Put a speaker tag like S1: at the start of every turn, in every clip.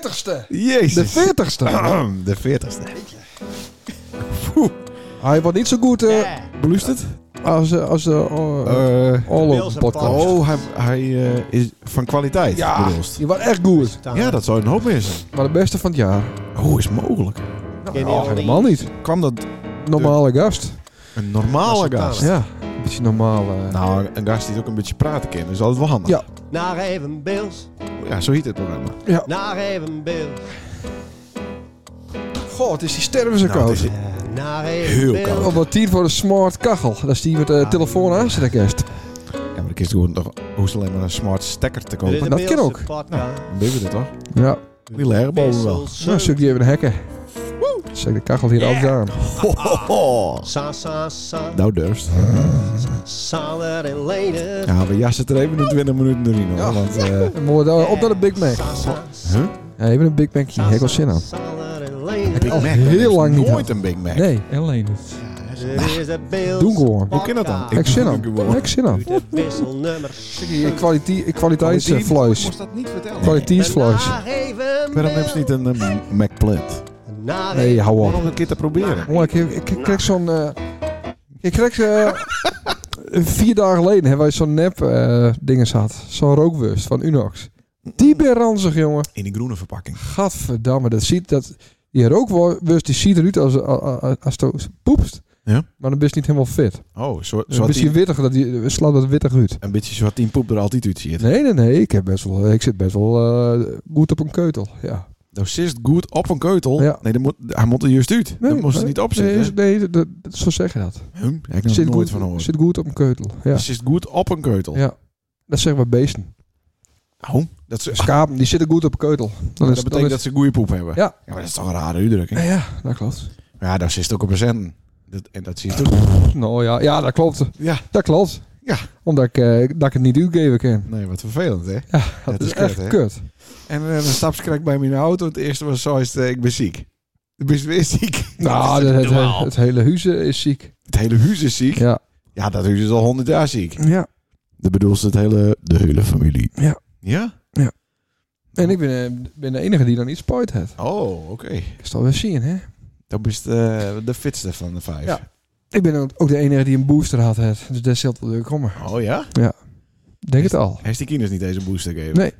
S1: Veertigste.
S2: Jezus.
S1: De veertigste.
S2: De veertigste.
S1: Hij wordt niet zo goed eh,
S2: Belust het?
S1: als, eh, als eh, oh, eh, all
S3: Bills
S1: over
S3: en
S1: podcast.
S3: Paul.
S2: Oh, hij, hij eh, is van kwaliteit.
S1: ja,
S2: bedoelst.
S1: die was echt goed.
S2: Ja, dat zou een hoop missen.
S1: Maar de beste van het jaar.
S2: Hoe is mogelijk?
S3: Ken je
S1: Nou,
S3: al
S1: helemaal niet.
S2: Kan dat
S1: Normale gast.
S2: een normale
S3: Acceptabel.
S2: gast?
S1: Ja, een beetje normaal. eh.
S2: Nou, een gast die ook een beetje praten kan, is altijd wel handig.
S1: Ja.
S3: Naar even Bills.
S2: ja zo heet het programma.
S3: Naar even Bills.
S1: Goh, het is die sterven zo
S2: Nou,
S1: koud.
S2: het is
S3: Eh, Naar even
S2: Heel
S3: Bills.
S2: koud.
S1: Op wat tien voor de smart kachel. Dat is die met de telefoon aan zit, kerst.
S2: Ja, maar ik is gewoon nog hoest alleen maar een smart stekker te
S3: Dit is
S2: kopen.
S3: de
S1: dat kan
S3: Beelse
S1: ook.
S3: podcast.
S2: Dan doen we dat toch?
S1: Ja,
S2: Die leren boven wel.
S3: Wissels.
S1: nou zoek die even een hekken. Zet ik de kachel hier altijd aan.
S3: Sa, sa, sa.
S2: Nou durfst.
S3: Saler en Lenen.
S2: Ja, we jassen het er even in 20 minuten erin hoor.
S1: Ja.
S2: Want, eh,
S1: En mooi, dan op naar de Big Mac.
S3: Sa, sa, sa.
S2: huh?
S1: Ja, even een Big Mac hier. Heb ik wel zin aan.
S3: Saler en Lenen.
S2: Big
S1: al
S2: Mac.
S1: heel
S2: dat is
S1: lang niet
S2: Nooit een Big Mac.
S1: Nee,
S4: Alleen het.
S3: Dit is de Beelse
S1: doen gewoon.
S2: Hoe kan dat dan?
S1: Heb ik zin aan.
S2: Gewoon.
S1: Heb ik zin aan.
S3: De wisselnummer.
S1: Hier, eh, kwalite-
S2: Ik
S1: kwaliteitsvlees.
S2: moest dat niet vertellen.
S1: Kwaliteitsvlees.
S3: Naar even
S2: Waarom hebben ze niet een eh, McPlant?
S3: Naar
S1: Nee,
S3: even
S1: hou
S2: Om nog
S1: op.
S2: een keer te proberen.
S1: Jongen, ik, ik, ik kreeg zo'n... eh, ik kreeg... eh, vier dagen geleden hebben wij zo'n nep eh dingen gehad. Zo'n rookwurst van Unox. Die ben ranzig, jongen.
S2: In die groene verpakking.
S1: Gadverdamme, dat ziet dat. Die rookwurst die ziet eruit als als, als, als het poepst.
S2: Ja.
S1: Maar dan ben je niet helemaal fit.
S2: Oh, zo,
S1: Dus een beetje wittig, dat die, slaat dat wittig uit.
S2: een beetje zoals tien poep er altijd uit ziet.
S1: Nee, nee, nee. Ik, heb best wel, ik zit best wel eh, goed op een keutel. Ja.
S2: Nou, zit goed op een keutel.
S1: Ja.
S2: Nee, dan moet, hij moet er juist uit. dan moest hij niet op
S1: Nee,
S2: zitten.
S1: is- nee dat, dat- zo zeg je dat.
S2: Hm, ik heb er
S1: zit,
S2: nooit
S1: goed,
S2: van gehoord. Dus
S1: zit goed op een keutel. Ja.
S2: Zit goed op een keutel.
S1: ja. Dat zeggen maar beesten.
S2: Oh, dat, ze,
S1: Schapen, die zitten goed op een keutel. Dan is-
S2: dat
S1: dan
S2: betekent
S1: is-
S2: dat ze goede poep hebben.
S1: Ja.
S2: maar dat is toch een rare uitdrukking.
S1: Ja, ja, dat klopt.
S2: Ja, daar zit ook een procent. Dat, en dat zit ook.
S1: Nou ja, ja, dat klopt.
S2: Ja.
S1: Dat klopt.
S2: Ja.
S1: Omdat ik, eh, dat ik het niet uitgeven kan.
S2: Nee, wat vervelend, hè?
S1: Dat,
S2: Dat
S1: is,
S2: is kut,
S1: echt
S2: hè?
S1: kut.
S2: En eh, dan stap ik bij mijn auto. Het eerste was zo is, eh, ik ben ziek. Ik ben weer ziek.
S1: Nou, het, het- het hele huis eh, is ziek.
S2: Het hele huis is ziek.
S1: Ja.
S2: Ja, dat huis is al honderd jaar ziek.
S1: ja.
S2: De bedoelste het hele... De hele familie.
S1: Ja.
S2: Ja?
S1: En ik ben, eh, ben de enige die dan iets spuit heeft.
S2: Oh, oké.
S1: Ik zal wel zien, hè?
S2: Dat is eh, de, de fitste van de vijf.
S1: Ja. Ik ben ook de enige die een booster had. Het. Dus dat zult wel leuk komen.
S2: Oh ja?
S1: Denk het al.
S2: Heeft die kinders niet deze booster gegeven?
S1: Nee.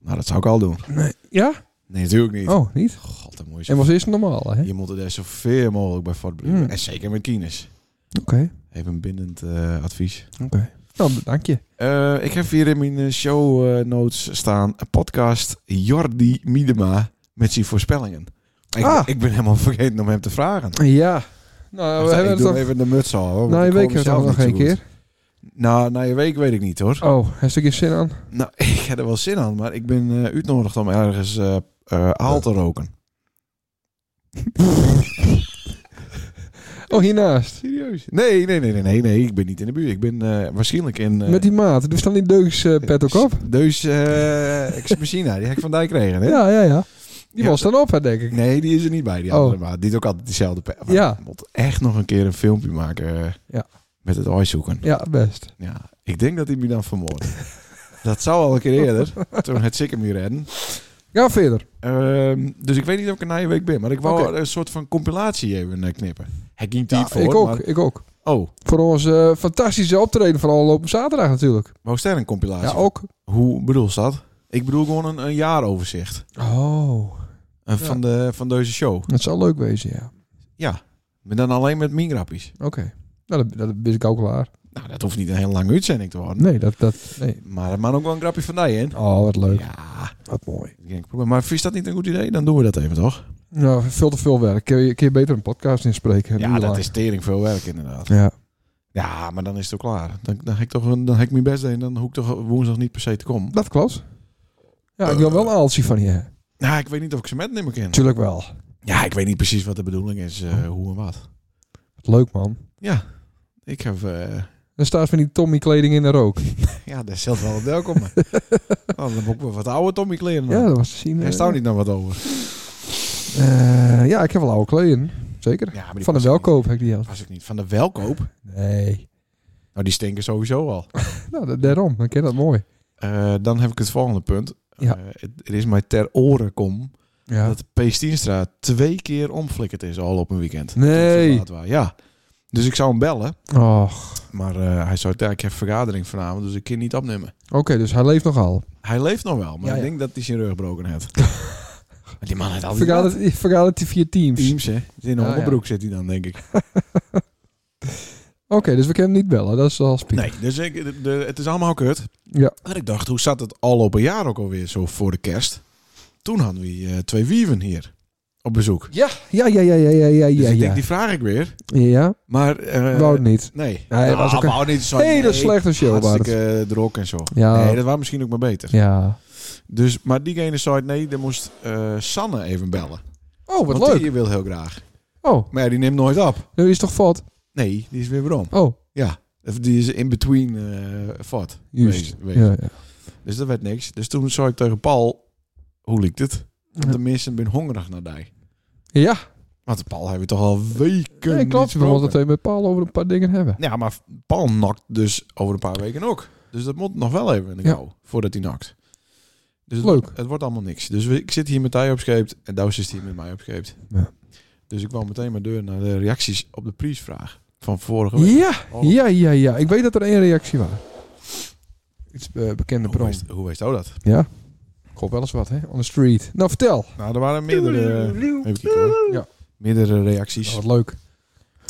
S2: Nou, dat zou ik al doen.
S1: Ja?
S2: Nee, natuurlijk niet.
S1: Oh, niet?
S2: God, dat moet je
S1: En was eerst normaal, hè?
S2: Je moet er daar zoveel mogelijk bij voortblijven.
S1: Mm.
S2: En zeker met kinders.
S1: Oké.
S2: Even een bindend eh, advies.
S1: Nou, bedankt je.
S2: Eh, ik heb hier in mijn eh, show eh, notes staan een podcast Jordi Miedema met zijn voorspellingen. Ik,
S1: Ah.
S2: ik ben helemaal vergeten om hem te vragen.
S1: Ja. Nou, we
S2: Wacht,
S1: hebben
S2: ik
S1: het
S2: doe
S1: toch...
S2: even de muts al. hoor, want
S1: Na je
S2: ik hoor
S1: week hebben we het
S2: mezelf
S1: nog geen
S2: niet zo
S1: keer.
S2: goed. Nou, na je week weet ik niet hoor.
S1: Oh, heeft er geen zin aan?
S2: Nou, ik heb er wel zin aan, maar ik ben eh, uitnodigd om ergens eh eh, aal te roken.
S1: Oh, hiernaast.
S2: Serieus? Nee, nee, nee, nee, nee, nee. Ik ben niet in de buurt. Ik ben eh, waarschijnlijk in... eh,
S1: Met die maat. Doe staan die deuks eh, pet ook op?
S2: Dus eh ik zie Messina, die heb ik van Dijk gekregen, hè?
S1: Ja, ja, ja. Die
S2: Ja,
S1: was dan op, hè, denk ik.
S2: Nee, die is er niet bij, die
S1: Oh.
S2: andere. Maar die doet ook altijd diezelfde... pe- Maar
S1: Ja.
S2: ik moet echt nog een keer een filmpje maken eh,
S1: Ja.
S2: met het ooi zoeken.
S1: Ja, best.
S2: Ja, ik denk dat hij me dan vermoordt. dat zou al een keer eerder, toen het zeker meer redden.
S1: Ga verder.
S2: Ehm, dus ik weet niet of ik er na je week ben, maar ik wou
S1: Oké.
S2: een soort van compilatie even eh, knippen. Hij ging niet
S1: Ja,
S2: voor,
S1: ik ook,
S2: maar-
S1: ik ook.
S2: Oh,
S1: Voor ons eh, fantastische optreden van afgelopen zaterdag natuurlijk.
S2: wou sterren een compilatie?
S1: Ja, ook.
S2: Hoe bedoel je dat? Ik bedoel gewoon een, een jaaroverzicht
S1: Oh.
S2: eh, van, de, van deze show.
S1: Dat zou leuk wezen, ja.
S2: Ja, maar dan alleen met mijn grappies.
S1: Oké. Nou, dat, dat ben ik ook klaar.
S2: Nou, dat hoeft niet een hele lange uitzending te worden.
S1: Nee, dat... dat nee.
S2: Maar het mag ook wel een grapje van die, hè?
S1: Oh, wat leuk.
S2: Ja,
S1: Wat mooi.
S2: ik denk, probeer- maar is dat niet een goed idee? Dan doen we dat even, toch?
S1: Nou, veel te veel werk. Kun je, kun je beter een podcast inspreken? Een
S2: Ja,
S1: uur
S2: dat
S1: lang.
S2: is tering veel werk, inderdaad.
S1: Ja.
S2: eh, Ja, maar dan is het ook klaar. Dan, dan ga ik toch een- dan ga ik mijn best doen. Dan hoef ik toch woensdag niet per se te komen.
S1: Dat klopt. Ja, ik wil wel een aaltje van je.
S2: Nou, ik weet niet of ik ze met nemen kan.
S1: Eh, Tuurlijk wel.
S2: Ja, ik weet niet precies wat de bedoeling is, eh, hoe en wat.
S1: Wat Leuk, man.
S2: Ja, ik heb... eh,
S1: Dan staat van die Tommy kleding in de rook.
S2: ja, daar zit wel wat welkom. maar. Nou, dan moet ik wel wat oude Tommy kleren.
S1: Ja,
S2: Ja,
S1: dat was te zien.
S2: Daar
S1: eh,
S2: staat niet nog wat over.
S1: eh, ja, ik heb wel oude kleding. Zeker.
S2: Ja, maar die
S1: Van de
S2: past ook
S1: welkoop heb ik die al.
S2: niet. Past ook niet. Van de welkoop?
S1: Nee.
S2: Nou, die stinken sowieso al.
S1: Nou, da- daarom. Dan ken je dat mooi.
S2: Eh, dan heb ik het volgende punt.
S1: Ja.
S2: Eh, het, het is mij ter oren kom
S1: Ja.
S2: dat P. Stienstra twee keer omflikkerd is al op een weekend.
S1: Nee.
S2: Tot we laat waren. Ja. Dus ik zou hem bellen,
S1: Och.
S2: maar eh, hij zei, "Ja, ik heb vergadering vanavond, dus ik kan niet opnemen.
S1: Oké, dus hij leeft nogal.
S2: Hij leeft nog wel, maar
S1: Ja,
S2: ik
S1: ja.
S2: denk dat hij zijn rug gebroken heeft. Maar die man heeft al die
S1: Vergadert, vergadert hij via Teams.
S2: teams, hè. In een
S1: Ja, ja.
S2: onderbroek zit hij dan, denk ik.
S1: Oké, dus we kunnen hem niet bellen. Dat is al spiek.
S2: Nee, dus ik, de, de- het is allemaal kut.
S1: Ja.
S2: Maar ik dacht, hoe zat het al op een jaar ook alweer zo voor de kerst? Toen hadden we eh, twee wieven hier op bezoek.
S1: Ja, ja, ja, ja, ja, ja, ja,
S2: Dus
S1: ja.
S2: ik denk,
S1: Ja,
S2: die vraag ik weer.
S1: ja
S2: Maar... eh,
S1: wou het niet.
S2: Nee.
S1: hij
S2: Nou,
S1: was ook een
S2: wou niet zo.
S1: Hele
S2: nee,
S1: slechte show, was het.
S2: Hartstikke drok en zo.
S1: Ja.
S2: Nee, dat was misschien ook maar beter.
S1: Ja.
S2: Dus, maar diegene zei, nee, dan moest eh, Sanne even bellen.
S1: Oh, wat
S2: Want
S1: leuk.
S2: die wil heel graag.
S1: Oh,
S2: Maar ja, die neemt nooit op.
S1: nu is toch fout?
S2: Nee, die is weer weer om.
S1: Oh,
S2: Ja, die is in between eh vat.
S1: juist.
S2: Wees- wees.
S1: Ja, ja.
S2: Dus dat werd niks. Dus toen zei ik tegen Paul, hoe liep het? Want
S1: Ja.
S2: de mensen zijn hongerig naar die.
S1: ja.
S2: Want Paul hebben we toch al weken
S1: Nee, klopt.
S2: niet
S1: We moeten het
S2: gesproken.
S1: even met Paul over een paar dingen hebben.
S2: Ja, maar Paul nakt dus over een paar weken ook. Dus dat moet nog wel even in de
S1: Ja.
S2: kou, voordat hij nakt. Dus het,
S1: Leuk.
S2: het wordt allemaal niks. Dus we- ik zit hier met hij opscheept en Douws is hier met mij opscheept.
S1: Ja.
S2: Dus ik kwam meteen mijn deur naar de reacties op de prijsvraag van vorige week.
S1: Ja,
S2: Oh,
S1: ja, ja, ja. Ik weet dat er één reactie was. Iets eh, bekende
S2: Oh, Hoe
S1: bron.
S2: wees, hoe wees jou dat?
S1: Ja. Ik hoop wel eens wat, hè? On the street. Nou, vertel.
S2: Nou, er waren meerdere, even kijken, hoor.
S1: Ja.
S2: meerdere reacties.
S1: Nou, wat leuk.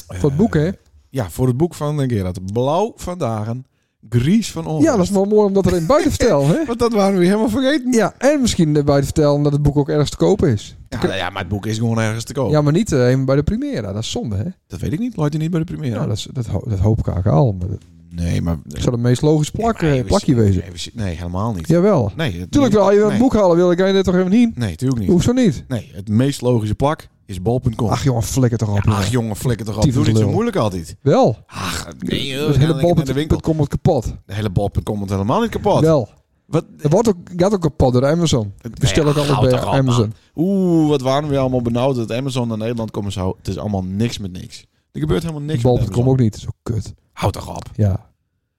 S1: Voor het boek, hè?
S2: Oh, Ja, voor het boek van eh, Gerard. Blauw van dagen, gries van onrust.
S1: Ja, dat is wel mooi om dat erin buiten te vertellen, hè?
S2: Want dat waren we helemaal vergeten.
S1: Ja, en misschien erbij te vertellen dat het boek ook ergens te kopen is.
S2: Ja, nou ja, maar het boek is gewoon ergens te koop.
S1: Ja, maar niet eh, even bij de Primera. Dat is zonde, hè?
S2: Dat weet ik niet. Loopt hij niet bij de première?
S1: Nou, dat, is, dat, ho- dat hoop ik eigenlijk al. Maar dat
S2: Nee, maar...
S1: zou het meest logisch plak, eh, plakje wezen.
S2: nee, helemaal niet.
S1: Jawel.
S2: Nee, het-
S1: Tuurlijk wel. Als je een
S2: nee.
S1: boek halen wil, dan kan je dit toch even niet?
S2: Nee, tuurlijk niet.
S1: Hoezo niet?
S2: Nee, het meest logische plak is bol.com.
S1: Ach jongen, flikker toch op.
S2: Ja, ach,
S1: joh.
S2: jongen, flikker toch op.
S1: Tyfus
S2: Doe niet zo
S1: lul.
S2: moeilijk altijd.
S1: Wel.
S2: Ach, nee, joh,
S1: Het
S2: ga
S1: hele
S2: lekker naar de winkel.
S1: bal.com wordt kapot.
S2: De hele bol.com wordt helemaal niet kapot.
S1: Wel.
S2: Wat?
S1: Het wordt ook, gaat ook kapot door Amazon. Bestel
S2: Nee,
S1: ook
S2: houd
S1: alles bij
S2: toch op,
S1: Amazon.
S2: man. Oeh, wat waren we allemaal benauwd dat Amazon naar Nederland komen zou. Het is allemaal niks met niks. Er gebeurt helemaal niks met
S1: Bal.com
S2: Amazon.
S1: ook niet. Zo kut.
S2: Houd toch op.
S1: Ja.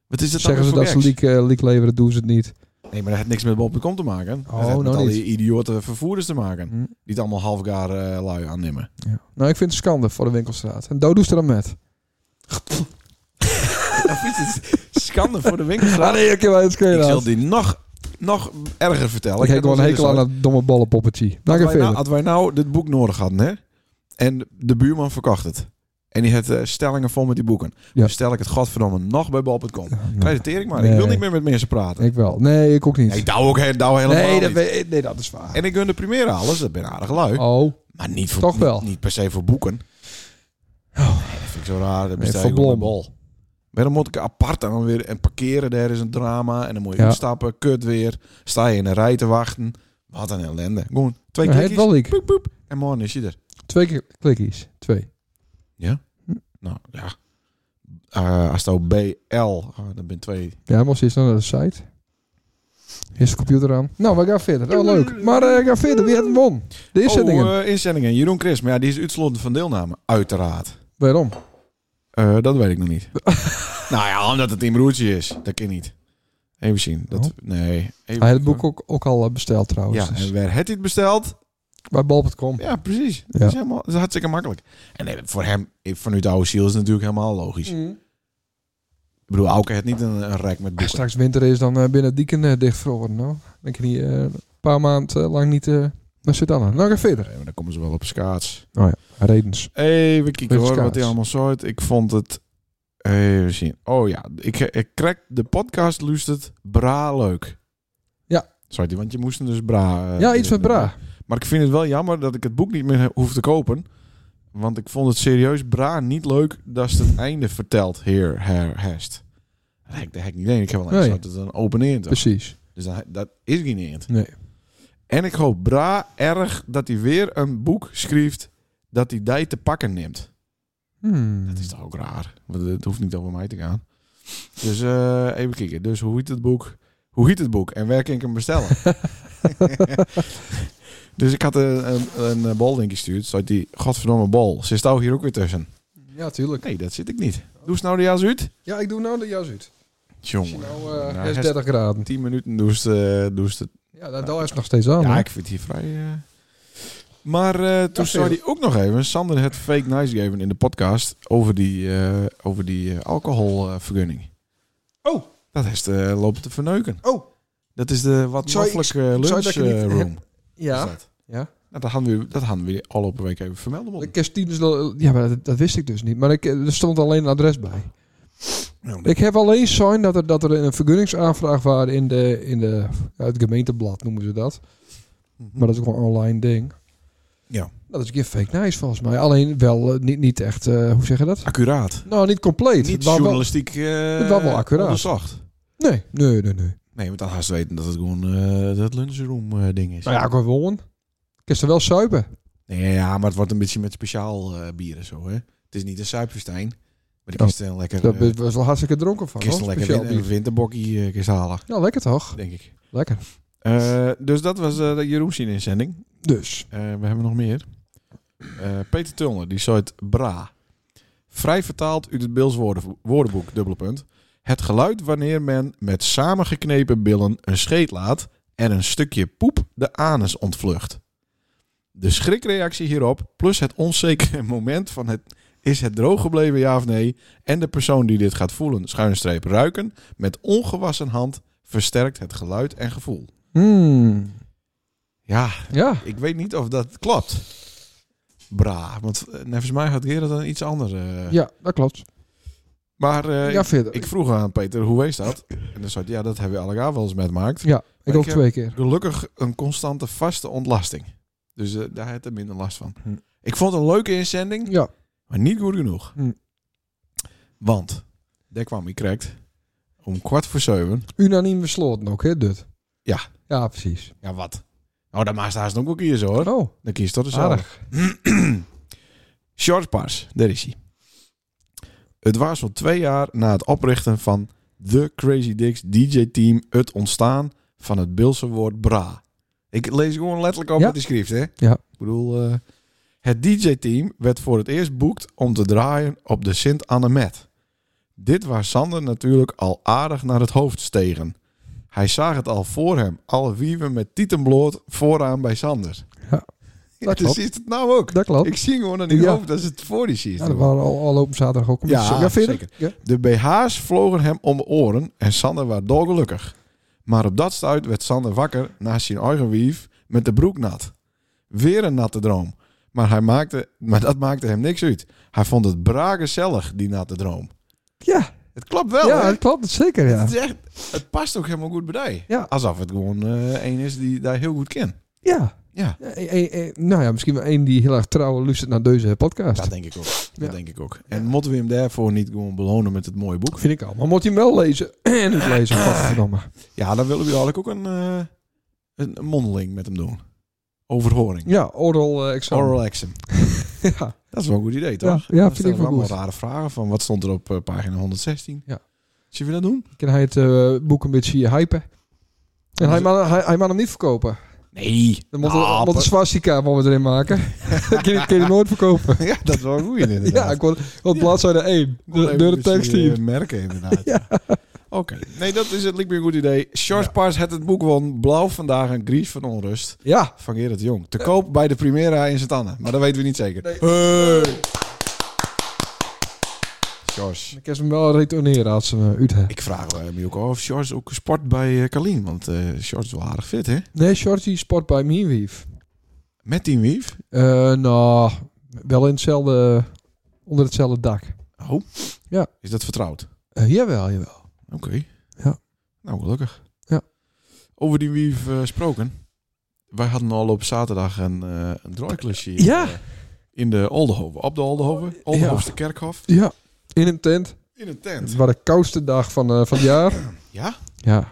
S2: Wat is dat
S1: Zeggen ze
S2: dan
S1: dat
S2: weer
S1: ze
S2: voor geks?
S1: leak, eh, leak leveren, doen ze het niet.
S2: Nee, maar dat heeft niks met bol.com te maken.
S1: Oh,
S2: dat heeft met
S1: nou
S2: al
S1: niet.
S2: die idiote vervoerders te maken.
S1: Hm.
S2: Die het allemaal halfgaar eh lui aannemen.
S1: Ja. Nou, ik vind het schande voor de winkelstraat. En dood doe ze er dan met.
S2: Dat vind ik schande voor de winkelstraat.
S1: Ah nee, ik heb het
S2: ik zal
S1: schelen.
S2: die nog, nog erger vertellen.
S1: Ik heb gewoon een
S2: heb
S1: hekel aan
S2: al
S1: dat domme ballenpoppetje. Dank
S2: zoiets.
S1: je
S2: Had wij, nou,
S1: verder.
S2: had wij nou dit boek nodig hadden, hè? En de buurman verkocht het. En die had eh, stellingen vol met die boeken.
S1: Ja.
S2: Dan stel ik het godverdomme nog bij bol.com.
S1: Ja, nou,
S2: Krijg ik maar. Ik
S1: Nee.
S2: wil niet meer met mensen praten.
S1: Ik wel. Nee, ik ook niet.
S2: Nee, ik douw ook he- douw helemaal
S1: nee, dat
S2: niet.
S1: weet- nee, dat is waar.
S2: En ik gun de primaire alles. Dat ben aardig lui.
S1: Oh,
S2: Maar niet, voor,
S1: Toch
S2: niet-
S1: wel. Oh.
S2: Niet, per se voor boeken. Nee, dat vind ik zo raar. Dat bestel
S1: voor
S2: je gewoon een
S1: blom.
S2: bol. Maar dan moet ik apart en dan weer en parkeren. Daar is een drama. En dan moet je
S1: Ja.
S2: instappen. Kut weer. Sta je in een rij te wachten. Wat een ellende. Gewoon twee
S1: hij heeft
S2: klikjes.
S1: wel leak.
S2: Boep, boep. En morgen is je er.
S1: Twee keer klikkies. Twee.
S2: Nou, ja. Eh, als het ook BL. ah, dan ben twee.
S1: Ja, maar ze is dan naar de site. Eerst de computer aan. Nou, we gaan verder. Oh, leuk. Maar eh, we gaan verder. Wie had hem won? De inzettingen.
S2: Oh, eh, inzendingen. Jeroen Chris. Maar ja, die is uitsloten van deelname. Uiteraard.
S1: Waarom?
S2: Eh, dat weet ik nog niet. nou ja, omdat het een broertje is. Dat kan niet. Even zien. Dat,
S1: Oh.
S2: Nee. Even
S1: Hij had het boek ook, ook al eh, besteld trouwens.
S2: Ja,
S1: Ja,
S2: en waar het dit besteld?
S1: Bij bal.com.
S2: Ja, precies. Dat,
S1: Ja.
S2: is helemaal, dat is hartstikke makkelijk. En nee, voor hem, eh, vanuit de oude ziel, is het natuurlijk helemaal logisch. Ik bedoel, Auke heeft niet een, een rek met
S1: Mm. Als
S2: boeken.
S1: straks winter is, dan eh, binnen dieken eh, dichtvroren. Nou, dan kan hij eh, een paar maanden lang niet eh naar Sudan. Nou, ga verder.
S2: Eh, maar dan komen ze wel op schaats.
S1: Redens.
S2: Even kijken
S1: Even
S2: hoor, wat
S1: schaats.
S2: hij allemaal soort. Ik vond het... Even zien. Oh ja, ik, ik krijg de podcast luistert bra leuk.
S1: Ja.
S2: Sorry, want je moest hem dus bra... eh,
S1: Ja, iets met
S2: vinden.
S1: Bra.
S2: Maar ik vind het wel jammer dat ik het boek niet meer hoef te kopen. Want ik vond het serieus bra niet leuk dat ze het einde vertelt hier, her, herst. Dat heb ik- dat heb ik niet één. Ik heb wel
S1: Nee.
S2: eens dat het een open eend was.
S1: Precies.
S2: Dus dat, dat is geen eend.
S1: Nee.
S2: En ik hoop bra erg dat hij weer een boek schrijft dat hij die te pakken neemt.
S1: Hmm.
S2: Dat is toch ook raar? Want het hoeft niet over mij te gaan. Dus eh, even kijken. Dus hoe heet het boek? Hoe heet het boek? En waar kan ik hem bestellen? dus ik had een, een, een eh, bal denk ik gestuurd. Zo die godverdomme bal. Ze staan hier ook weer tussen.
S1: Ja, tuurlijk.
S2: Nee, dat zit ik niet. Doe ze nou de jas uit?
S1: Ja, ik doe nou de jas uit. Ik zie
S2: Jongen.
S1: nou, eh,
S2: Nou,
S1: het is
S2: hij is
S1: 30 graden.
S2: eh, 10 minuten doe ze, doe ze het
S1: Ja, dat dat is nog steeds aan.
S2: ja,
S1: hè?
S2: ik vind die vrij. eh. Maar eh, toen
S1: Dat
S2: zei
S1: is-
S2: hij ook nog even, Sander het fake nice geven in de podcast over die, eh, over die alcoholvergunning.
S1: Oh.
S2: Dat is de eh, lopen te verneuken.
S1: Oh.
S2: Dat is de wat
S1: Zou ik-
S2: maffelijke
S1: zou
S2: lunchroom.
S1: dat ik niet heb-
S2: is
S1: ja.
S2: dat.
S1: Ja.
S2: Nou, dat hadden we, dat hadden we al op een week even vermelden.
S1: De
S2: man.
S1: kersttieners, ja, maar dat, dat wist ik dus niet. Maar ik, er stond alleen een adres bij.
S2: Nou, dat-
S1: Ik heb alleen zijn dat er, dat er een vergunningsaanvraag was in, de, in de, ja, het gemeenteblad, noemen ze dat.
S2: Mhm.
S1: Maar dat is ook gewoon een online ding.
S2: Ja.
S1: Dat is geen fake nice volgens mij. Alleen wel eh, niet, niet echt, eh, hoe zeg je dat?
S2: Accuraat.
S1: Nou, niet compleet.
S2: Niet
S1: was wel-
S2: journalistiek eh,
S1: het was wel accuraat.
S2: onderzocht.
S1: Nee, nee, nee. nee.
S2: Nee, want dan haast weten dat het gewoon eh, dat lunchroom eh, ding is.
S1: Nou ja, gewoon. Ik is er wel suipen.
S2: Nee, ja, maar het wordt een beetje met speciaal eh, bieren zo, hè. Het is niet een suiperstein, maar ik
S1: Oh,
S2: kist een lekker,
S1: Daar
S2: eh
S1: ben- was wel hartstikke dronken van.
S2: kist een
S1: hoor.
S2: lekker
S1: Speciaal
S2: win- een
S1: bier.
S2: winterbokkie eh, kist halen,
S1: Ja, lekker toch?
S2: denk ik.
S1: Lekker.
S2: Eh, dus dat was eh, de Jeroen zien inzending.
S1: Dus.
S2: Eh, we hebben nog meer. Eh, Peter Tulner, die zei het bra. Vrij vertaald uit het Bils woorden- woordenboek, dubbele punt. Het geluid wanneer men met samengeknepen billen een scheet laat en een stukje poep de anus ontvlucht. De schrikreactie hierop, plus het onzekere moment van het is het droog gebleven ja of nee, en de persoon die dit gaat voelen, schuine streep ruiken, met ongewassen hand versterkt het geluid en gevoel.
S1: Hmm.
S2: Ja,
S1: Ja.
S2: ik weet niet of dat klopt. Bra, want eh, volgens mij had Gerard dan iets anders. eh.
S1: ja, dat klopt.
S2: Maar eh,
S1: ja,
S2: ik,
S1: verder.
S2: ik vroeg aan Peter, hoe wees dat? En dan zei hij, ja, dat hebben we allegaar wel eens meegemaakt.
S1: ja, ik
S2: ik
S1: ook
S2: heb-
S1: twee keer.
S2: Gelukkig een constante vaste ontlasting. Dus eh, daar had hij minder last van.
S1: Hm.
S2: Ik vond het een leuke inzending,
S1: Ja.
S2: maar niet goed genoeg.
S1: Hm.
S2: Want, daar kwam hij correct. Om kwart voor zeven.
S1: Unaniem besloten ook, hè, dit.
S2: Ja.
S1: Ja, precies.
S2: Ja, wat? Nou, dat maakt haast ook wel kiezen hoor.
S1: Oh,
S2: Dan kies je toch dezelfde.
S1: aardig.
S2: George Pars, daar is hij. Het was zo'n twee jaar na het oprichten van The Crazy Dicks DJ-team het ontstaan van het Bilse woord bra. Ik lees gewoon letterlijk op
S1: Ja.
S2: het schrift, hè?
S1: Ja.
S2: Ik bedoel, eh, het DJ-team werd voor het eerst boekt om te draaien op de Sint-Annemet. Dit was Sander natuurlijk al aardig naar het hoofd stegen. Hij zag het al voor hem, alle wieven met tietenbloot vooraan bij Sander.
S1: Ja,
S2: dat
S1: klopt.
S2: is het nou ook.
S1: Dat klopt.
S2: Ik zie gewoon aan die
S1: Ja.
S2: hoofd dat ze het voor die ziet.
S1: Ja, dat waren al, al open zaterdag ook. een
S2: Ja,
S1: beetje zo. verder? Ja.
S2: de BH's vlogen hem om de oren en Sander was dolgelukkig. Maar op dat stuit werd Sander wakker naast zijn eigen wief met de broek nat. Weer een natte droom. Maar, hij maakte, maar dat maakte hem niks uit. Hij vond het bragezellig, die natte droom.
S1: Ja,
S2: Het klopt wel,
S1: ja
S2: hè?
S1: dat klopt. Zeker, ja.
S2: Het, is echt, het past ook helemaal goed bij die.
S1: Ja.
S2: Alsof het gewoon eh een is die daar heel goed kent.
S1: Ja.
S2: Ja.
S1: Ja, e- e- e- nou ja, misschien wel één die heel erg trouw luistert naar deze podcast.
S2: Dat denk ik ook. Dat
S1: Ja.
S2: denk ik ook. En moeten we hem daarvoor niet gewoon belonen met het mooie boek?
S1: Vind ik al. Maar moet je hem wel lezen? en niet lezen,
S2: Ah.
S1: godverdomme.
S2: Ja, dan willen we eigenlijk ook een, eh, een een mondeling met hem doen. Overhoring.
S1: Ja, oral eh, examen.
S2: Oral exam.
S1: Ja.
S2: Dat is wel een goed idee, toch?
S1: Ja, ja,
S2: Dan
S1: vind ik
S2: stellen we
S1: wel
S2: allemaal
S1: goed.
S2: rare vragen van wat stond er op eh, pagina 116.
S1: Ja.
S2: Zullen we dat doen?
S1: Kan hij het eh, boek een beetje hypen? En hij mag, hij, hij mag hem niet verkopen.
S2: Nee. Ah,
S1: Dan moet, er, moet een swastika moet erin maken. dat kan je, kan je nooit verkopen.
S2: ja, dat is wel een goeie inderdaad.
S1: Ja, ik wil op bladzijde 1.
S2: Moet
S1: Door
S2: even
S1: de
S2: dus
S1: tekst
S2: die, eh,
S1: hier.
S2: merken inderdaad. Oké. Nee, dat is het lijkt me een goed idee. George Pars had het boek won. Blauw vandaag en Gries van onrust.
S1: Ja.
S2: Van Gerrit de Jong. Te koop bij de Primera in Sint-Anne. Maar dat weten we niet zeker.
S1: Nee.
S2: Hey. George.
S1: Ik kan ze hem wel retourneren als ze hem eh, uit hebben.
S2: Ik vraag eh, me ook af of George ook sport bij eh Kalien. Want eh George is wel aardig fit, hè?
S1: Nee, Shorty sport bij Meanweef.
S2: Met Team Wief.
S1: Eh nou, wel in hetzelfde, onder hetzelfde dak.
S2: Oh.
S1: Ja.
S2: Is dat vertrouwd?
S1: Eh, jawel, jawel.
S2: Oké.
S1: Ja.
S2: Nou, gelukkig.
S1: Ja.
S2: Over die Wief eh gesproken. Wij hadden al op zaterdag een, eh een draaiklusje. eh,
S1: Ja.
S2: in de Oldenhoven. Op de Oldenhoven. Oldenhoofse kerkhof.
S1: Ja, in een tent.
S2: In een
S1: Het
S2: tent.
S1: was de koudste dag van, eh, van het jaar.
S2: Ja?
S1: Ja,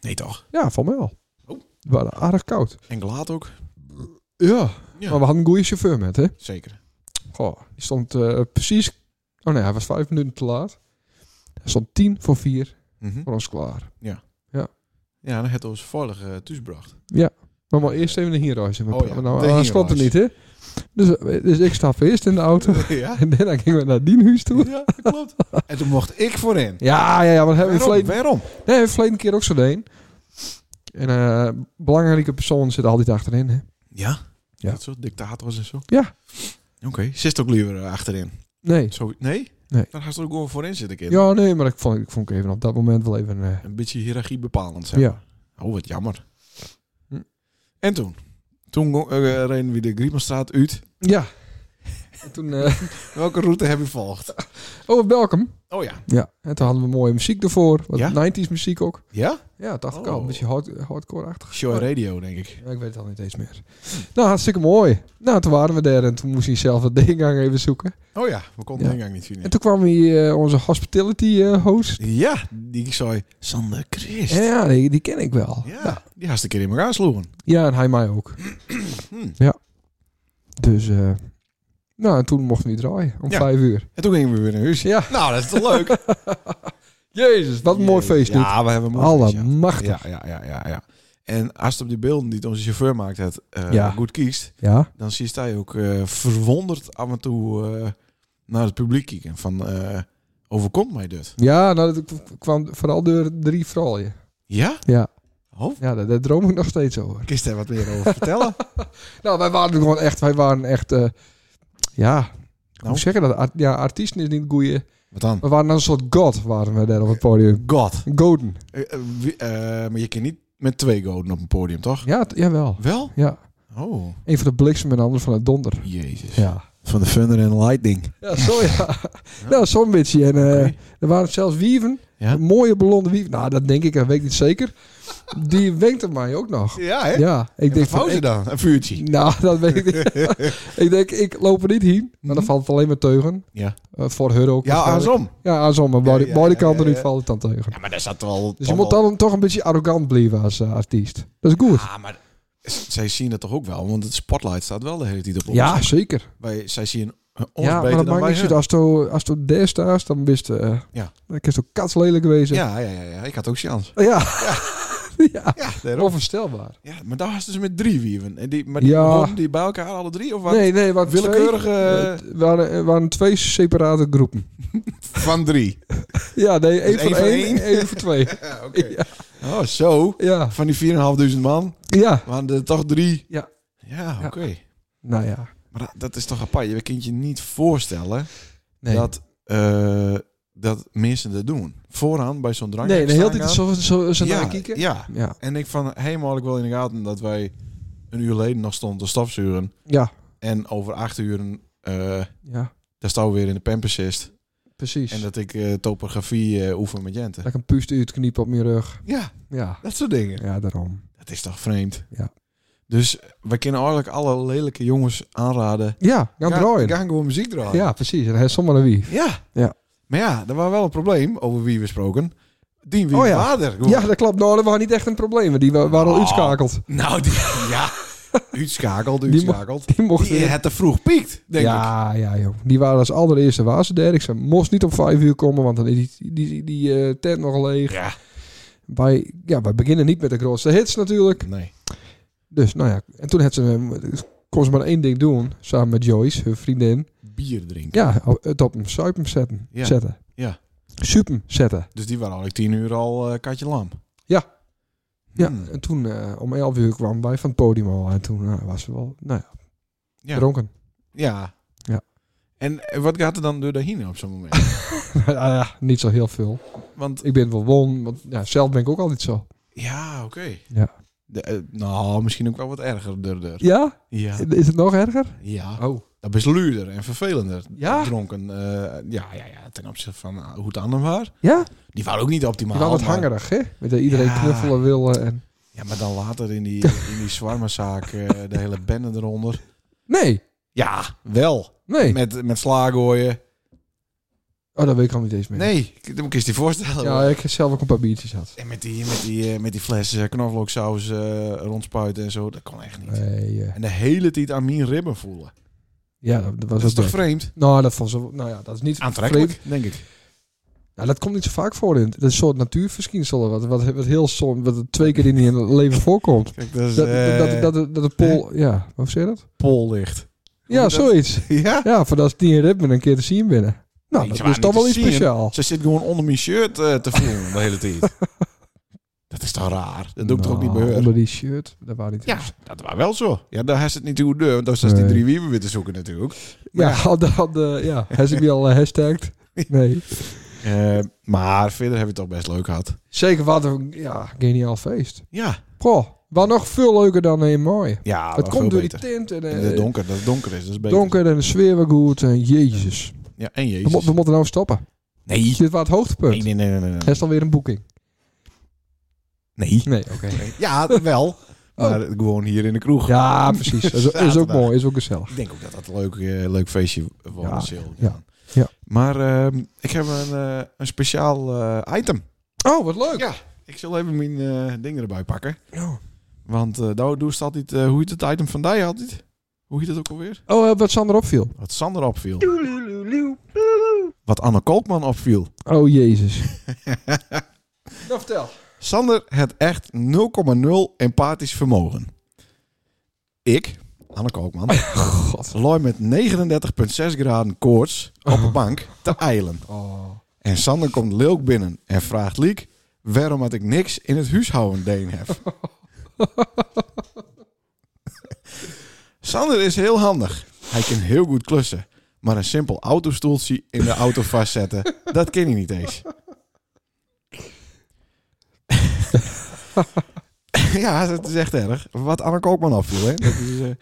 S2: Nee, toch?
S1: ja van mij wel.
S2: Oh.
S1: Het was aardig koud.
S2: En laat ook.
S1: Ja.
S2: Ja.
S1: Maar we hadden een goede chauffeur met, hè.
S2: Zeker.
S1: Goh, die stond eh, precies... Oh nee, hij was vijf minuten te laat. Hij stond tien voor vier
S2: Mhm.
S1: voor ons klaar.
S2: Ja, dan had ons veilig eh thuisgebracht.
S1: Maar maar eerst even naar hier reizen. We
S2: Oh
S1: praten
S2: ja,
S1: nou,
S2: de
S1: anders klopt het niet, hè. Dus, eh, dus ik stap eerst in de auto.
S2: ja?
S1: En daarna gingen we naar die huis toe.
S2: Ja, dat klopt. En toen mocht ik voorin.
S1: Ja, ja, ja. Want hebben we
S2: Waarom?
S1: verleden,
S2: Waarom?
S1: nee, we verleden keer ook zo deen. En eh, belangrijke personen zitten altijd achterin. Hè?
S2: Ja?
S1: Ja.
S2: Dat soort dictators en zo?
S1: Ja.
S2: Oké. Zit ook liever eh, achterin?
S1: Nee.
S2: Zo, nee?
S1: Nee.
S2: Dan gaat ze er ook gewoon voorin zitten, kind.
S1: Ja, nee, maar ik vond, ik vond ik even op dat moment wel even... eh,
S2: Een beetje hiërarchie bepalend, zeg.
S1: ja.
S2: Oh, wat jammer.
S1: Hm.
S2: En toen? Toen go- eh, reden we de Griepenstraat uit.
S1: Ja. En toen... eh,
S2: Welke route heb je gevolgd?
S1: oh, welkom.
S2: Oh ja.
S1: Ja. En toen hadden we mooie muziek ervoor. Wat
S2: Ja?
S1: 90s muziek ook.
S2: Ja?
S1: Ja, dacht ik al.
S2: Oh.
S1: Een beetje hard, hardcore-achtig.
S2: Show radio, denk ik.
S1: Ja, ik weet het al niet eens meer. Nou, hartstikke mooi. Nou, toen waren we daar en toen moest hij zelf de ingang even zoeken.
S2: Oh ja, we konden
S1: Ja.
S2: de ingang niet zien.
S1: En toen kwam hij, eh, onze hospitality eh, host.
S2: Ja, die zei Sander Christ. Ja,
S1: Ja, die, die ken ik wel.
S2: die had een keer in elkaar sloegen.
S1: Ja, en hij mij ook.
S2: Hm.
S1: Dus, eh, nou, en toen mochten we draaien om
S2: Ja.
S1: vijf uur.
S2: En toen gingen we weer naar huis.
S1: Ja.
S2: Nou, dat is toch leuk?
S1: Jezus, wat een mooi feest dit.
S2: Ja, we hebben een mooi feest, ja.
S1: Allemachtig.
S2: Ja, ja, ja, ja, ja. En als het op die beelden die onze chauffeur maakt het eh,
S1: Ja.
S2: goed kiest,
S1: Ja.
S2: dan zie je hij ook eh, verwonderd af en toe eh, naar het publiek kijken. Van, eh, overkomt mij dit?
S1: Ja, nou, dat k- kwam vooral door drie vrouwen.
S2: Ja?
S1: Ja,
S2: Oh,
S1: ja daar, daar droom ik nog steeds over.
S2: kist daar wat meer over vertellen?
S1: Nou, wij waren gewoon echt, wij waren echt, eh, ja,
S2: Nou?
S1: hoe zeg je dat? Ar- ja, artiesten is niet het goeie.
S2: Wat dan?
S1: We waren dan een soort god, waren we daar op het podium.
S2: God.
S1: Goden.
S2: Eh, eh, wie- eh, maar je kan niet met twee goden op een podium, toch?
S1: Ja, t- jawel.
S2: Wel?
S1: Ja,
S2: Oh,
S1: een van de bliksem en de ander van de donder.
S2: jezus.
S1: Ja.
S2: Van de Thunder en Lightning.
S1: Ja, zo ja. Nou, zo'n beetje. En eh,
S2: Oké.
S1: er waren zelfs wieven.
S2: Ja?
S1: Mooie blonde wieven. Nou, dat denk ik, dat weet ik niet zeker. Die wenkte mij ook nog.
S2: Ja, hè?
S1: Ja, ik
S2: En
S1: denk
S2: wat wou
S1: van...
S2: ze
S1: ik-
S2: dan? Een vuurtje.
S1: nou, dat weet ik niet. ik denk, ik loop er niet heen. Maar dan
S2: Mhm.
S1: valt het alleen maar teugen.
S2: Ja.
S1: Eh, voor hun ook.
S2: Ja,
S1: waarschijnlijk.
S2: andersom.
S1: Ja, andersom. Maar
S2: Ja,
S1: bij de-
S2: ja,
S1: bij de
S2: ja,
S1: kant
S2: ja,
S1: eruit
S2: ja.
S1: valt het dan teugen.
S2: Ja, maar daar zat wel...
S1: Dus je moet dan toch een beetje arrogant blijven als eh, artiest. Dat is goed.
S2: Ah, maar z- zij zien dat toch ook wel? Want het spotlight staat wel de hele tijd op ons.
S1: Ja, zeker.
S2: Wij, zij zien eh, ons
S1: Ja, maar
S2: beter
S1: dat
S2: dan
S1: maakt
S2: wij
S1: niks uit.
S2: hen.
S1: Als je als je daar staat, dan wist eh
S2: Ja.
S1: dan is het ook katslelijk geweest.
S2: Ja, ja, ja, ja, ik had ook chance.
S1: Ja. ja.
S2: Ja, daarom.
S1: Onvoorstelbaar.
S2: ja maar daar was dus met drie wieven. En die, maar die,
S1: Ja.
S2: hoorden die bij elkaar alle drie? Of wat?
S1: nee, nee, wat
S2: willekeurige-
S1: Het waren, er waren twee separate groepen.
S2: Van drie.
S1: Ja, nee, één
S2: Dus
S1: voor
S2: één voor
S1: één, één voor twee.
S2: Ja, oké.
S1: Ja.
S2: Oh, zo.
S1: Ja,
S2: Van die 4.500 man
S1: ja.
S2: waren er toch drie.
S1: Ja.
S2: Ja,
S1: Ja.
S2: oké.
S1: Nou ja.
S2: Maar dat, dat is toch apart. Je kunt je niet voorstellen
S1: Nee,
S2: dat, eh, dat mensen dat doen. Vooraan bij zo'n drank.
S1: nee, de hele tijd zo, zo, zo naar
S2: ja,
S1: kijken.
S2: ja,
S1: Ja.
S2: En ik van, helemaal ik wel in de gaten dat wij een uur geleden nog stonden te stafzuren.
S1: ja,
S2: En over acht uur, eh
S1: ja,
S2: daar staan we weer in de pampersist.
S1: precies.
S2: En dat ik eh, topografie eh, oefen met Jente.
S1: Dat ik een puust uitkniep op mijn rug.
S2: Ja,
S1: Ja,
S2: dat soort dingen.
S1: ja daarom.
S2: Dat is toch vreemd.
S1: Ja.
S2: Dus wij kunnen eigenlijk alle lelijke jongens aanraden.
S1: Ja, gaan
S2: ga-
S1: draaien.
S2: Ga gewoon muziek draaien.
S1: Ja, precies. En hij is zomaar een wie.
S2: Ja.
S1: Ja.
S2: Maar ja, er was wel een probleem over wie we gesproken. Die wie
S1: Oh ja.
S2: vader. gewoon.
S1: Ja, dat klopt. Nou, dat was niet echt een probleem. want Die wa- waren al
S2: Oh.
S1: uitschakeld.
S2: Nou, die, ja. Uitschakeld,
S1: Die mo-
S2: uitschakeld.
S1: Die mochten
S2: Die het te vroeg piekt, denk ik.
S1: ja, ja, joh. Die waren als allereerste waar ze derde. Ik zei, moest niet om vijf uur komen, want dan is die, die, die, eh, tent nog leeg.
S2: Ja.
S1: Wij, ja, wij beginnen niet met de grootste hits natuurlijk.
S2: Nee.
S1: Dus, nou ja. En toen had ze, eh, kon ze maar één ding doen, samen met Joyce, hun vriendin.
S2: Bier drinken.
S1: Ja, het op hem, suip hem zetten.
S2: Ja.
S1: zetten.
S2: Ja.
S1: Suip hem zetten.
S2: Dus die waren al tien uur al eh, katje lam.
S1: Ja. Ja,
S2: Hmm.
S1: en toen eh, om elf uur kwamen wij van het podium al. En toen nou, was ze wel, nou ja,
S2: Ja.
S1: dronken.
S2: Ja.
S1: Ja.
S2: En eh, wat gaat er dan door daarheen op zo'n moment?
S1: Nou ja, niet zo heel veel.
S2: Want
S1: Ik ben het wel won, want ja, zelf ben ik ook altijd zo.
S2: ja, oké.
S1: Ja.
S2: De, eh, nou, misschien ook wel wat erger. dur, dur.
S1: Ja?
S2: Ja.
S1: Is het nog erger?
S2: Ja.
S1: Oh.
S2: Dat is luurder en vervelender.
S1: Ja?
S2: Dronken. eh, ja, ja, ja. Ten opzichte van eh, hoe het anderen waren.
S1: Ja?
S2: Die waren ook niet optimaal.
S1: Die waren wat
S2: maar-
S1: hangerig, hè? Met dat iedereen
S2: Ja.
S1: knuffelen willen en...
S2: Ja, maar dan later in die, in die zwarmazaak eh, de hele bende eronder.
S1: Nee,
S2: Ja, wel.
S1: nee.
S2: Met, met slaagooien.
S1: Oh, dat weet ik al niet eens meer.
S2: Nee, ik- dat moet ik eens die voorstellen.
S1: Ja, ik heb zelf ook een paar biertjes had.
S2: En met die, met die, eh, met die fles eh, knoflooksaus eh, rondspuiten en zo, dat kon echt niet.
S1: Nee, eh,
S2: En de hele tijd aan mijn ribben voelen.
S1: ja, dat, dat was
S2: Dat is
S1: ook
S2: toch
S1: leuk.
S2: vreemd?
S1: Nou, dat vond ze... Nou ja, dat is niet...
S2: Aantrekkelijk,
S1: vreemd.
S2: denk ik.
S1: Nou, dat komt niet zo vaak voor. In. Dat is een soort natuurverschijnsel. Wat, wat, wat heel som, wat er twee keer in je leven voorkomt.
S2: Kijk, dat is
S1: Dat,
S2: eh,
S1: dat, dat, dat, de pol... Ja, hoe zeg je dat?
S2: pollicht. je
S1: Ja,
S2: dat?
S1: zoiets.
S2: ja?
S1: Ja, voor dat is die in ritme een keer te zien binnen. Nou,
S2: Nee, ze
S1: dat is
S2: waren
S1: toch
S2: niet
S1: wel iets
S2: te zien.
S1: speciaals.
S2: Ze zit gewoon onder mijn shirt eh, te voelen de hele tijd. Dat is toch raar? Dat doe ik toch ook niet bij
S1: Nou,
S2: haar?
S1: Onder die shirt, dat was niet.
S2: Ja, dat was wel zo. Ja, daar is het niet hoe de, want daar is dus die
S1: Nee.
S2: drie wieven weer te zoeken natuurlijk.
S1: ja, dan, eh, ja. Has ik die al eh, hashtagd? Nee.
S2: Eh, maar verder hebben we het toch best leuk gehad.
S1: Zeker wat een ja, geniaal feest.
S2: Ja,
S1: Goh, was nog veel leuker dan in mooi.
S2: ja
S1: het
S2: Ah,
S1: komt
S2: wel veel
S1: door
S2: beter.
S1: die tent en
S2: In
S1: eh,
S2: het donker, dat het donker is, dat is beter.
S1: donker en de sfeer was goed. En jezus.
S2: Ja, en
S1: We, mo-
S2: Jezus.
S1: we moeten nou stoppen.
S2: Nee.
S1: Dit was het hoogtepunt.
S2: Nee, nee, nee, nee, nee.
S1: Er is dan weer een boeking.
S2: Nee.
S1: Nee, oké.
S2: Ja, wel. Maar gewoon hier in de kroeg.
S1: Ja, precies. Is, is ook
S2: Zaterdag.
S1: mooi, is ook gezellig.
S2: Ik denk ook dat dat een leuk, eh, leuk feestje wordt.
S1: Ja,
S2: met Sil.
S1: ja, ja.
S2: Maar ehm, ik heb een, eh, een speciaal eh, item.
S1: Oh, wat leuk.
S2: Ja. Ik zal even mijn eh, ding erbij pakken.
S1: Oh,
S2: Want eh daar doe je altijd, eh, hoe heet het item van die altijd? Hoe heet het ook alweer?
S1: Oh, eh, wat Sander opviel.
S2: Wat Sander opviel. Wat Anne Koopman opviel.
S1: Oh, jezus. nou, vertel.
S2: Sander het echt 0,0 empathisch vermogen. Ik, Anne Koopman,
S1: God.
S2: looi met 39,6 graden koorts op een bank te eilen.
S1: Oh.
S2: En Sander komt Leuk binnen en vraagt Liek waarom had ik niks in het huishouden deen heb. Sander is heel handig. Hij kan heel goed klussen. Maar een simpel autostoeltje in de auto vastzetten, dat kan hij niet eens. ja, dat is echt erg. Wat Anne Koopman afviel, hè? Dat is,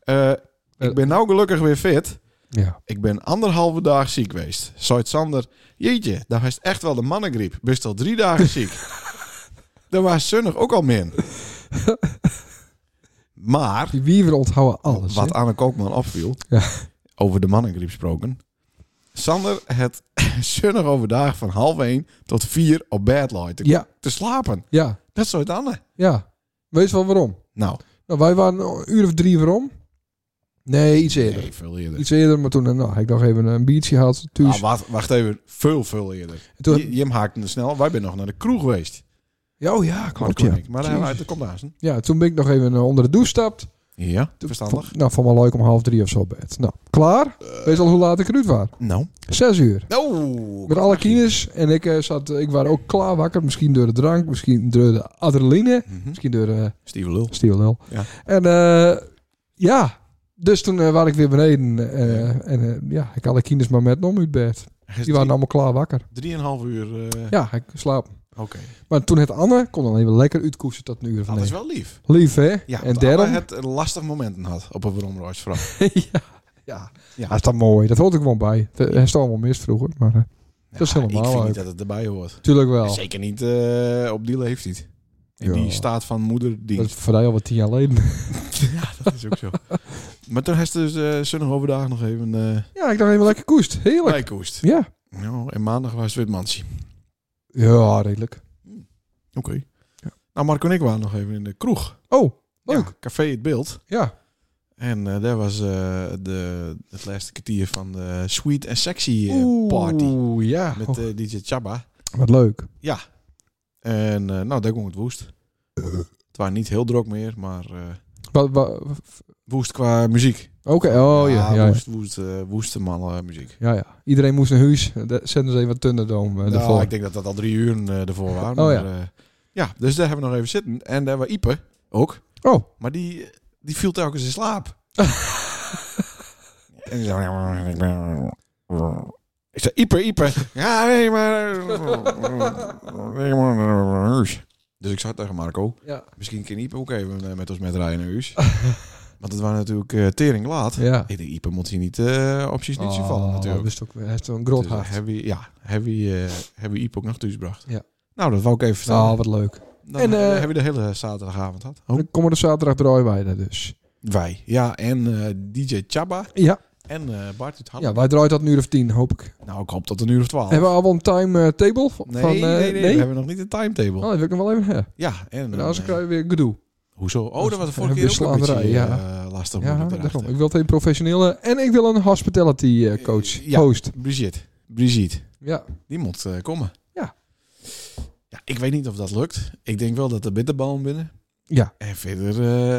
S2: eh, eh, ik ben nou gelukkig weer fit.
S1: Ja.
S2: Ik ben anderhalve dag ziek geweest. Zoit Sander, jeetje, daar is echt wel de mannengriep. Best al drie dagen ziek. Daar was zonnig ook al min. Maar,
S1: Die wiever onthouden alles.
S2: Oh, wat
S1: hè?
S2: Anne Koopman opviel,
S1: Ja.
S2: over de mannengriep gesproken. Sander het zonnig overdag van half één tot vier op bed lag te,
S1: Ja,
S2: te slapen.
S1: ja,
S2: Dat soort Anne.
S1: ja. Weet je wel waarom?
S2: Nou,
S1: Nou, wij waren een uur of drie waarom? Nee, iets eerder.
S2: nee, veel eerder.
S1: Iets eerder, maar toen eh, nou, ik nog even een biertje had.
S2: Ah,
S1: Thuis.
S2: wacht, wacht even, veel, veel eerder.
S1: En toen-
S2: J- Jim haakte snel, wij zijn nog naar de kroeg geweest.
S1: Ja, oh ja,
S2: Maar
S1: klopt.
S2: dat kon
S1: Ja.
S2: ik. Maar
S1: Jezus.
S2: hij komt daar eens.
S1: ja, toen ben ik nog even eh, onder de douche stapt.
S2: Ja,
S1: Toen-
S2: verstandig.
S1: Nou, van wel leuk om half drie of zo op bed. Nou, klaar. Weet je al hoe laat ik eruit was?
S2: Nou.
S1: Zes uur.
S2: Oh.
S1: Met alle kines. En ik, eh, zat, ik was ook klaar wakker. Misschien door de drank, misschien door de adrenaline.
S2: Mhm.
S1: Misschien door eh, de
S2: Steve Lul.
S1: Steel Lul.
S2: Ja.
S1: En eh, ja, dus toen eh was ik weer beneden. eh, en eh, ja, ik had de kinders maar met me om uit bed. Die waren allemaal klaar wakker.
S2: Drieënhalf uur. eh
S1: Ja, ik slaap.
S2: Oké.
S1: Maar toen het Anne kon dan even lekker uitkoersen tot een uur of
S2: Dat is
S1: negen.
S2: wel lief.
S1: Lief, hè?
S2: Ja,
S1: en
S2: want Anne
S1: daarom...
S2: het een lastig momenten had op een bromroodsvraag.
S1: ja, ja.
S2: Ja.
S1: ja, dat is dan mooi. Dat hoort ik gewoon bij. Het is allemaal mis vroeger, maar eh, dat is helemaal
S2: Ik vind
S1: leuk.
S2: niet dat het erbij hoort.
S1: Tuurlijk wel.
S2: Zeker niet eh, op die leeftijd. In
S1: Ja.
S2: die staat van
S1: Dat is
S2: moederdienst.
S1: voor mij al wat tien jaar geleden.
S2: ja, dat is ook zo. maar toen heeft ze dus eh zonnig overdag nog even eh
S1: ja, ik dacht even lekker koest. Heerlijk.
S2: bijkoest.
S1: Ja.
S2: Nou, en maandag was het weer het mansie.
S1: Ja, redelijk.
S2: Oké. Nou, Marco en ik waren nog even in de kroeg.
S1: Oh, leuk.
S2: Ja, café Het Beeld.
S1: Ja.
S2: En eh daar was eh, de, het laatste kwartier van de Sweet and Sexy eh, Party.
S1: Oeh, ja.
S2: Met
S1: Oh,
S2: eh, DJ Chaba.
S1: wat leuk.
S2: En eh, nou, daar kon het woest. Het was niet heel druk meer, maar eh,
S1: Wat, wat,
S2: woest qua muziek.
S1: Oké, oh ja. Ja, ja.
S2: woest, woest, eh, woeste mannen muziek.
S1: ja, ja. Iedereen moest naar huis. Eh, daar Zetten ze even wat Thunderdome eh,
S2: nou,
S1: ervoor.
S2: ik denk dat dat al drie uur eh, ervoor waren.
S1: Oh,
S2: maar, eh, ja, dus daar hebben we nog even zitten. En daar was Ipe ook.
S1: Oh,
S2: Maar die, die viel telkens in slaap. en die zei... "Ik ben-" Ik zei, Ieper, Ieper. Ja, nee, maar... Nee, maar naar huis." Dus ik zei tegen Marco...
S1: ja.
S2: Misschien kan Ieper ook even eh, met ons met rijden naar huis. Want het waren natuurlijk eh, tering laat.
S1: Ja.
S2: Ik denk, Ieper moet hier niet eh opties niet zien vallen
S1: Oh,
S2: natuurlijk.
S1: wist ook, hij heeft een grot
S2: Dus, eh,
S1: hart.
S2: hebben we- ja, hebben we, eh, hebben we Ieper ook nog thuis gebracht.
S1: Ja.
S2: Nou, dat wou ik even vertellen.
S1: Oh, wat leuk.
S2: Dan
S1: en,
S2: eh,
S1: eh,
S2: hebben we de hele zaterdagavond gehad. Oh.
S1: Dan komen we de zaterdag draaien wij daar dus.
S2: Wij, ja. En eh, DJ Chaba
S1: Ja,
S2: en eh, Bart uit Halle.
S1: ja wij draaien dat een uur of tien, hoop ik.
S2: Nou, ik hoop tot een uur of twaalf.
S1: Hebben we al een timetable? van,
S2: nee,
S1: eh,
S2: nee, nee, we hebben nog niet een timetable.
S1: Oh, Nou, dat wil ik nog wel even hebben.
S2: Ja, en...
S1: En
S2: eh,
S1: anders krijgen we weer gedoe.
S2: Hoezo? Oh, dat was de
S1: we
S2: vorige keer
S1: hebben
S2: ook een beetje
S1: slagerij,
S2: ja. lastig. om
S1: Ja,
S2: op te
S1: nou, daarom.
S2: richten.
S1: Ik wil het een professionele en ik wil een hospitality eh, coach,
S2: Ja.
S1: host.
S2: Brigitte. Brigitte.
S1: Ja.
S2: Die moet eh, komen.
S1: Ja.
S2: ja. Ik weet niet of dat lukt. Ik denk wel dat de bitterballen binnen.
S1: Ja.
S2: En verder...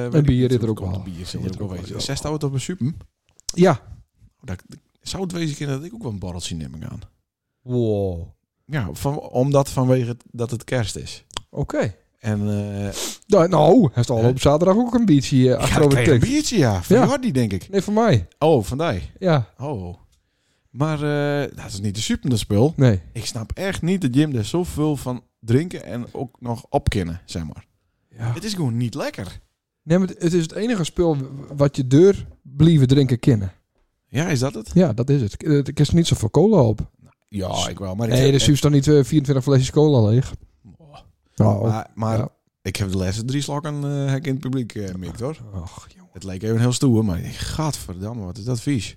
S2: eh, weet
S1: bier
S2: ik niet.
S1: is er ook
S2: Komt
S1: wel.
S2: de Bier
S1: Bier
S2: zit er ook wel
S1: wel,
S2: wezen.
S1: ja.
S2: Zes staan we op een super.
S1: Ja.
S2: Dat, zou het wezen kunnen dat ik ook wel een borreltje neem ik aan.
S1: Wow. Oké.
S2: Ja, van, omdat vanwege het, dat het kerst is. En eh,
S1: Ja, nou, hij is al op zaterdag ook een biertje eh,
S2: ik
S1: achterover
S2: kreeg een
S1: tikt.
S2: biertje, ja. Van
S1: Ja.
S2: Jordi, denk ik.
S1: Nee, van mij.
S2: Oh, vandaar.
S1: Ja,
S2: Oh. Maar eh, dat is niet de super spul.
S1: nee.
S2: Ik snap echt niet dat Jim er zoveel van drinken en ook nog opkennen, zeg maar.
S1: Ja.
S2: Het is gewoon niet lekker.
S1: Nee, maar het- het is het enige spul wat je deur blijven drinken kennen.
S2: Ja, is dat het?
S1: Ja, dat is het. Eh, Ik is er niet zoveel cola op.
S2: Ja, ik wel. Maar ik
S1: Nee, dus huurt dan niet eh, 24 flesjes cola leeg.
S2: Oh.
S1: Nou,
S2: Maar, maar
S1: Ja.
S2: ik heb de laatste drie slokken eh, heb ik in het publiek eh mikt, hoor.
S1: ach, oh. jongen.
S2: Het leek even heel stoer, maar ik dacht, gadverdamme, wat is dat vies.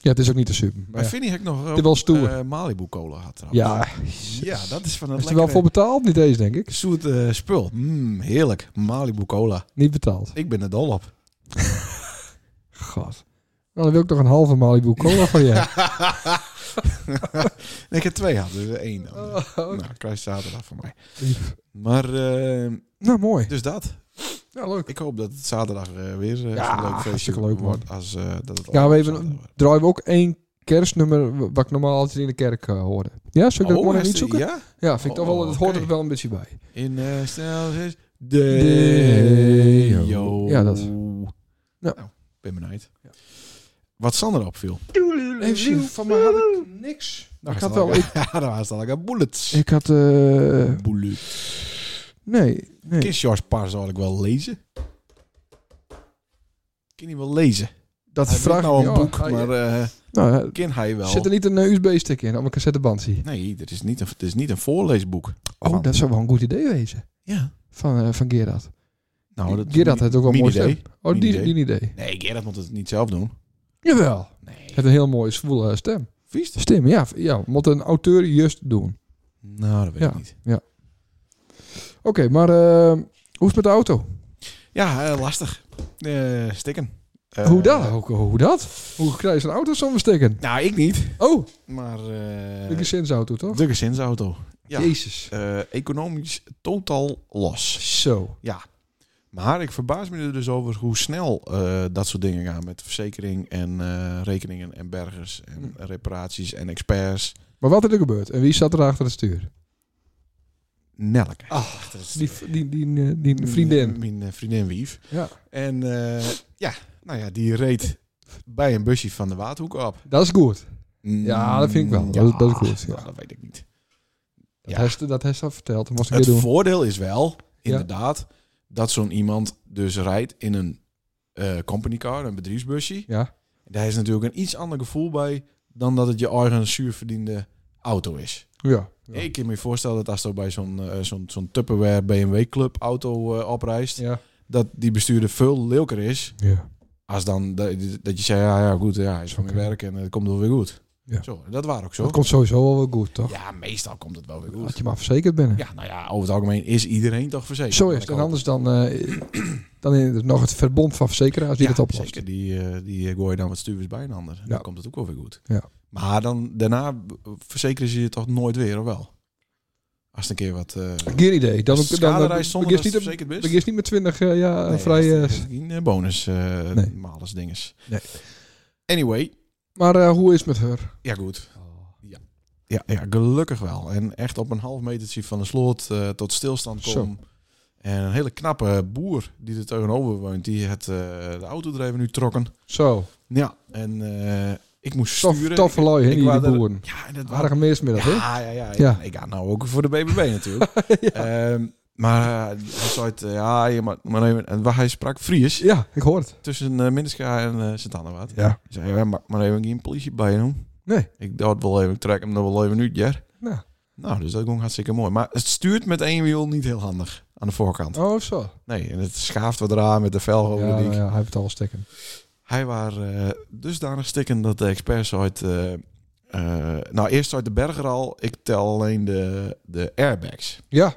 S1: Ja, het is ook niet te super.
S2: Maar
S1: Maar ja.
S2: Vinnie heb ik nog ook,
S1: is wel stoer.
S2: eh, Malibu cola had trouwens.
S1: Ja,
S2: Ja, dat is van het
S1: is er wel
S2: lekkere,
S1: voor betaald? Niet eens, denk ik.
S2: zoet eh, spul. Mm, heerlijk. Malibu cola.
S1: Niet betaald.
S2: Ik ben er dol op.
S1: God. Nou, dan wil ik nog een halve Malibu cola van je.
S2: Nee, ik heb twee gehad, dus één dan.
S1: Oh,
S2: Nou, krijg je zaterdag van mij. Maar, eh,
S1: Nou, mooi.
S2: dus dat.
S1: Ja, leuk.
S2: Ik hoop dat het zaterdag eh, weer eh,
S1: Ja,
S2: zo'n leuk feestje
S1: hartstikke leuk, man.
S2: wordt. Als, eh, dat het
S1: Ja, we
S2: afgelopen
S1: even,
S2: zaterdag
S1: draaien we ook één kerstnummer wa- wat ik normaal altijd in de kerk eh, hoorde. Ja, zou ik dat
S2: wordt.
S1: gewoon
S2: Oh,
S1: niet
S2: is die-
S1: zoeken? Ja,
S2: Ja?
S1: vind ik toch wel,
S2: Oh,
S1: dat hoort
S2: oké.
S1: er wel een beetje bij.
S2: In eh snel is
S1: Deo.
S2: Deo.
S1: Ja, dat.
S2: Nou, ben benieuwd. Wat Sander opviel.
S1: Even zien, van mij had ik niks.
S2: Nou,
S1: ik
S2: hij
S1: had
S2: staat
S1: wel...
S2: lekker- Ja, daar was het lekker. Bullets.
S1: Ik had... eh,
S2: Bullet.
S1: nee, nee.
S2: Kiss George Paar zal ik wel lezen. Kan hij wel lezen?
S1: Dat
S2: Hij
S1: vraag
S2: vraagt
S1: ik
S2: nou
S1: me
S2: een
S1: af.
S2: boek, maar eh
S1: Nou, eh,
S2: kan hij wel?
S1: zit er niet een eh, USB-stick in om een cassetteband te zien?
S2: Nee, dit is niet een, het is niet een voorleesboek.
S1: Oh,
S2: Van-
S1: dat zou wel een goed idee wezen.
S2: Ja.
S1: Van, eh, van Gerard.
S2: Nou, dat
S1: Gerard had ook wel een mooi
S2: idee.
S1: stem. Oh, die,
S2: Mini-idee.
S1: die idee.
S2: Nee, Gerard moet het niet zelf doen.
S1: Jawel.
S2: Nee.
S1: Hij heeft een heel mooie zwoele eh, stem.
S2: Vies?
S1: Stem, ja. Ja, moet een auteur juist doen.
S2: Nou, dat weet ik
S1: Ja.
S2: niet.
S1: Oké, maar eh, hoe is het met de auto?
S2: Ja, eh, lastig. Eh, stikken. Eh,
S1: hoe dat? Hoe, hoe dat? Hoe krijg je een auto zonder stikken?
S2: Nou, ik niet.
S1: Oh,
S2: Maar eh,
S1: de gezinsauto toch?
S2: de gezinsauto. ja.
S1: Jezus.
S2: Eh, economisch totaal los.
S1: Zo.
S2: Maar ik verbaas me er dus over hoe snel eh, dat soort dingen gaan. Met verzekering en eh, rekeningen en bergers en
S1: Hm.
S2: reparaties en experts.
S1: Maar wat er er gebeurt en wie zat er achter het stuur?
S2: Nelke.
S1: Ah,
S2: Achter het
S1: Die,
S2: stuur.
S1: die, die, eh, die, vriendin.
S2: Mijn, eh, vriendin Wief.
S1: Ja.
S2: En eh, ja, nou ja, die reed bij een busje van de Waadhoek op.
S1: Dat is goed. Ja, dat vind ik wel. Dat is- dat is goed, ja.
S2: nou, dat weet ik niet.
S1: Dat
S2: Ja.
S1: heeft ze- dat heeft ze al verteld. Dat moest ik
S2: Het
S1: weer doen.
S2: voordeel is wel,
S1: Ja.
S2: inderdaad, dat zo'n iemand dus rijdt in een eh company car, een bedrijfsbusje.
S1: Ja.
S2: Daar is natuurlijk een iets ander gevoel bij dan dat het je eigen zuurverdiende auto is.
S1: Ja. Ja.
S2: Ik kan me voorstellen dat als je bij zo'n eh, zo'n zo'n Tupperware BMW Club auto eh, oprijst,
S1: Ja.
S2: dat die bestuurder veel leuker is
S1: ja.
S2: Als dan dat, dat je zei, ja, ja goed, ja, hij is van
S1: Oké.
S2: mijn werk en het komt wel weer goed.
S1: Ja.
S2: Zo, dat waren ook zo.
S1: Dat komt sowieso wel wel goed, toch?
S2: Ja, meestal komt het wel weer
S1: Dat
S2: goed.
S1: je maar verzekerd bent.
S2: Ja, nou ja, over het algemeen is iedereen toch verzekerd.
S1: Zo is
S2: Maar
S1: het.
S2: ik
S1: En
S2: hoop-
S1: anders dan, eh, dan in het- nog het verbond van verzekeraars die
S2: ja,
S1: dat oplost.
S2: Zeker, die, eh, die eh, gooien dan wat stuurders bij een ander.
S1: Ja.
S2: Dan komt het ook wel weer goed.
S1: Ja.
S2: Maar dan, daarna b- verzekeren ze je toch nooit weer, of wel? Als het een keer wat... eh
S1: Geen idee. Dan, dan, dan,
S2: schadereis
S1: begin
S2: zonder dat
S1: je
S2: het
S1: niet,
S2: verzekerd
S1: met-
S2: is?
S1: begin je niet met 20 eh, ja,
S2: Nee,
S1: vrij.
S2: dat
S1: eh,
S2: is- dat is geen bonus eh
S1: Nee.
S2: malus dinges.
S1: Nee.
S2: Anyway,
S1: maar eh, hoe is het met haar?
S2: ja goed. Ja, ja, gelukkig wel. En echt op een half metertje van de sloot eh, tot stilstand
S1: Zo.
S2: komen. En een hele knappe boer die er tegenover woont, die het, eh, de autodrijven nu trokken.
S1: Zo.
S2: Ja, en eh, ik moest
S1: Tof,
S2: sturen.
S1: tof lui, hè, die,
S2: ik
S1: die
S2: wou er-
S1: boeren.
S2: Ja, en dat waren...
S1: Aardige meersmiddag, hè?
S2: Ja, ja, ja, ja.
S1: Ja.
S2: Ik ga nou ook voor de BBB natuurlijk. Ehm, maar eh, hij zei, het, eh, ja, je mag maar even... En waar hij sprak Fries
S1: Ja, ik hoor het.
S2: tussen eh Minska en eh Sint-Annewaard.
S1: Ja.
S2: Hij zei, ja, maar, maar even geen politie bij je doen.
S1: Nee.
S2: Ik dacht wel even, ik trek hem nog wel even uit, ja.
S1: Nou.
S2: Nou, dus dat ging hartstikke mooi. Maar het stuurt met één wiel niet heel handig aan de voorkant.
S1: Oh, zo.
S2: Nee, en het schaaft wat raar met de velg over
S1: Ja,
S2: de
S1: nou
S2: dik.
S1: ja, hij heeft het al stikken.
S2: Hij was eh, dusdanig stikken dat de experts uit... eh, eh, nou, eerst uit de berger al. Ik tel alleen de, de airbags.
S1: Ja,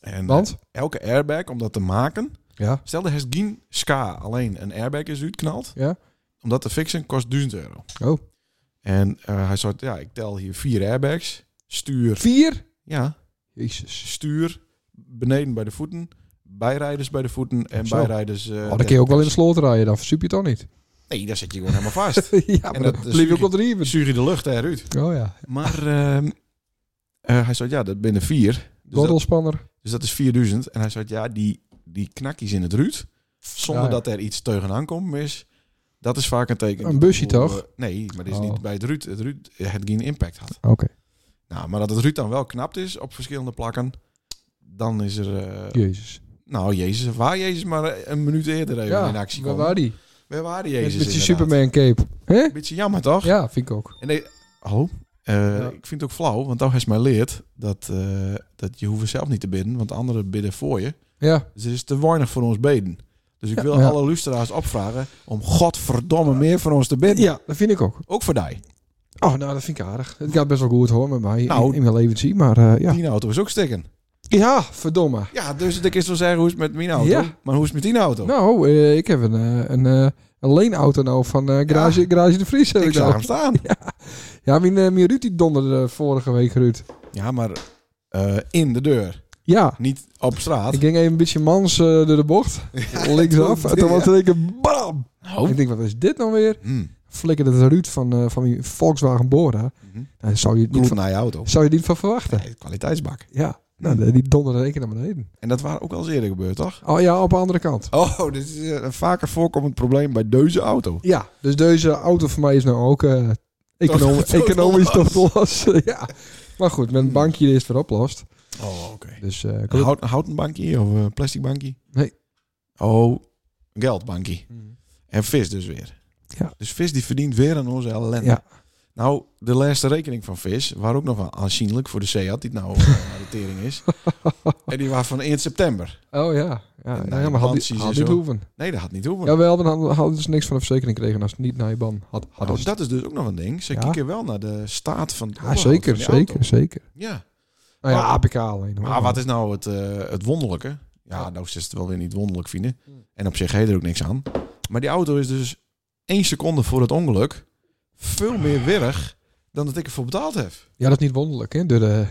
S2: En
S1: want?
S2: eh, elke airbag, om dat te maken...
S1: Ja.
S2: Stel, er is geen ska. Alleen een airbag is uitknald.
S1: Ja.
S2: Om dat te fixen kost 1000 euro.
S1: Oh.
S2: En eh, hij zei, ja, ik tel hier vier airbags. Stuur.
S1: Vier?
S2: Ja.
S1: Jezus.
S2: stuur beneden bij de voeten, bijrijders bij de voeten en
S1: Zo.
S2: bijrijders. eh,
S1: Oh, dan kun je ook wel in de sloot rijden, dan versup je het toch niet.
S2: Nee, daar zit je gewoon helemaal vast.
S1: ja, maar
S2: dat Dus
S1: dan blijf je
S2: is
S1: ook
S2: natuurlijk-
S1: wel drieën.
S2: Stuur je de lucht eruit.
S1: Oh ja.
S2: Maar ehm, eh, hij zei, ja, dat binnen vier. Dus dat,
S1: Gordelspanner.
S2: dus dat is 4000. En hij zei, ja, die, die knakjes in het ruut, zonder
S1: Ja, ja.
S2: dat er iets tegenaan komt, is, dat is vaak een teken.
S1: Een busje
S2: hoe,
S1: toch?
S2: eh, nee, maar dit is
S1: Oh.
S2: niet bij het ruut. Het ruut eh, het geen impact had.
S1: Oké.
S2: Nou, maar dat het ruut dan wel knapt is op verschillende plakken, dan is er... eh,
S1: Jezus.
S2: nou, Jezus, waar Jezus maar een minuut eerder even in
S1: Ja,
S2: actie
S1: waar
S2: kwam.
S1: waren die?
S2: Waar waren
S1: Met,
S2: Jezus
S1: met die
S2: inderdaad.
S1: Superman cape. Hè?
S2: Beetje jammer, toch?
S1: Ja, vind ik ook.
S2: En nee, oh, eh,
S1: Ja.
S2: ik vind het ook flauw, want dan is mij leerd dat, eh, dat je hoeft zelf niet te bidden, want anderen bidden voor je.
S1: Ja.
S2: Dus het is te weinig voor ons beden. Dus ik
S1: Ja,
S2: wil
S1: ja.
S2: alle luisteraars opvragen om godverdomme meer voor ons te bidden.
S1: ja, dat vind ik ook.
S2: Ook voor die.
S1: Oh, nou, dat vind ik aardig. Het gaat best wel goed hoor met mij
S2: Nou.
S1: in, in mijn leventje, maar eh, ja.
S2: Die auto is ook stikken.
S1: Ja, verdomme.
S2: Ja, dus ik is wel zeggen hoe is het met mijn auto.
S1: Ja.
S2: Maar hoe is het met die auto?
S1: Nou, eh, ik heb een, eh, een, eh, een leenauto nou van eh, garage, garage de Vries. Heb ik
S2: ik zag
S1: nou.
S2: hem staan.
S1: Ja, mijn, eh, mijn Ruud die donderde vorige week, Ruud.
S2: Ja, maar eh, in de deur.
S1: Ja.
S2: Niet op straat.
S1: Ik ging even een beetje mans eh, door de bocht. Linksaf. En toen was er een bam.
S2: Oh.
S1: Ik denk, wat is dit nou weer?
S2: Hm.
S1: Flikkerde het Ruud van, eh, van die Volkswagen Bora. Nou,
S2: Mhm.
S1: daar zou je, niet
S2: Klopt
S1: van,
S2: naar je auto.
S1: zou je niet van verwachten.
S2: Nee, kwaliteitsbak.
S1: Ja. Nou, die donderde in één keer naar beneden.
S2: En dat waren ook al eens eerder gebeurd, toch?
S1: Oh ja, op de andere kant.
S2: Oh, dit is eh, een vaker voorkomend probleem bij deze auto.
S1: Ja, dus deze auto voor mij is nou ook eh, econo-
S2: Tot- tot
S1: economisch
S2: los.
S1: tot los. ja. Maar goed, met
S2: Hmm.
S1: een bankje is het weer oplost.
S2: Oh, oké.
S1: Dus eh,
S2: Een
S1: gelukkig-
S2: hout- houten bankje of een plastic bankje?
S1: Nee.
S2: Oh, geldbankje. En vis dus weer.
S1: Ja.
S2: Dus vis die verdient weer aan onze ellende.
S1: Ja.
S2: Nou, de laatste rekening van vis, waar ook nog wel aanzienlijk voor de Seat, die het nou eh, naar de tering is. en die was van 1 september.
S1: Oh ja. Ja,
S2: En
S1: ja,
S2: naar je
S1: maar had,
S2: bansies
S1: die,
S2: en
S1: had dit
S2: zo.
S1: hoeven.
S2: Nee, dat had niet hoeven.
S1: Jawel, dan hadden- hadden ze niks van de verzekering gekregen als het niet naar je ban had.
S2: Nou,
S1: hadden ze-
S2: dat is dus ook nog een ding. Ze
S1: Ja.
S2: kijken wel naar de staat van het
S1: ja,
S2: onderhoud
S1: zeker,
S2: van die auto.
S1: zeker, zeker.
S2: Ja.
S1: Nou ja,
S2: Maar-
S1: APK alleen. hoor.
S2: Maar wat is nou het, eh, het wonderlijke? Ja,
S1: Oh. Ja.
S2: nou is het wel weer niet wonderlijk vinden.
S1: Hmm.
S2: En op zich heet er ook niks aan. Maar die auto is dus één seconde voor het ongeluk veel meer werk dan dat ik ervoor betaald heb.
S1: Ja, dat is niet wonderlijk, hè? Door de,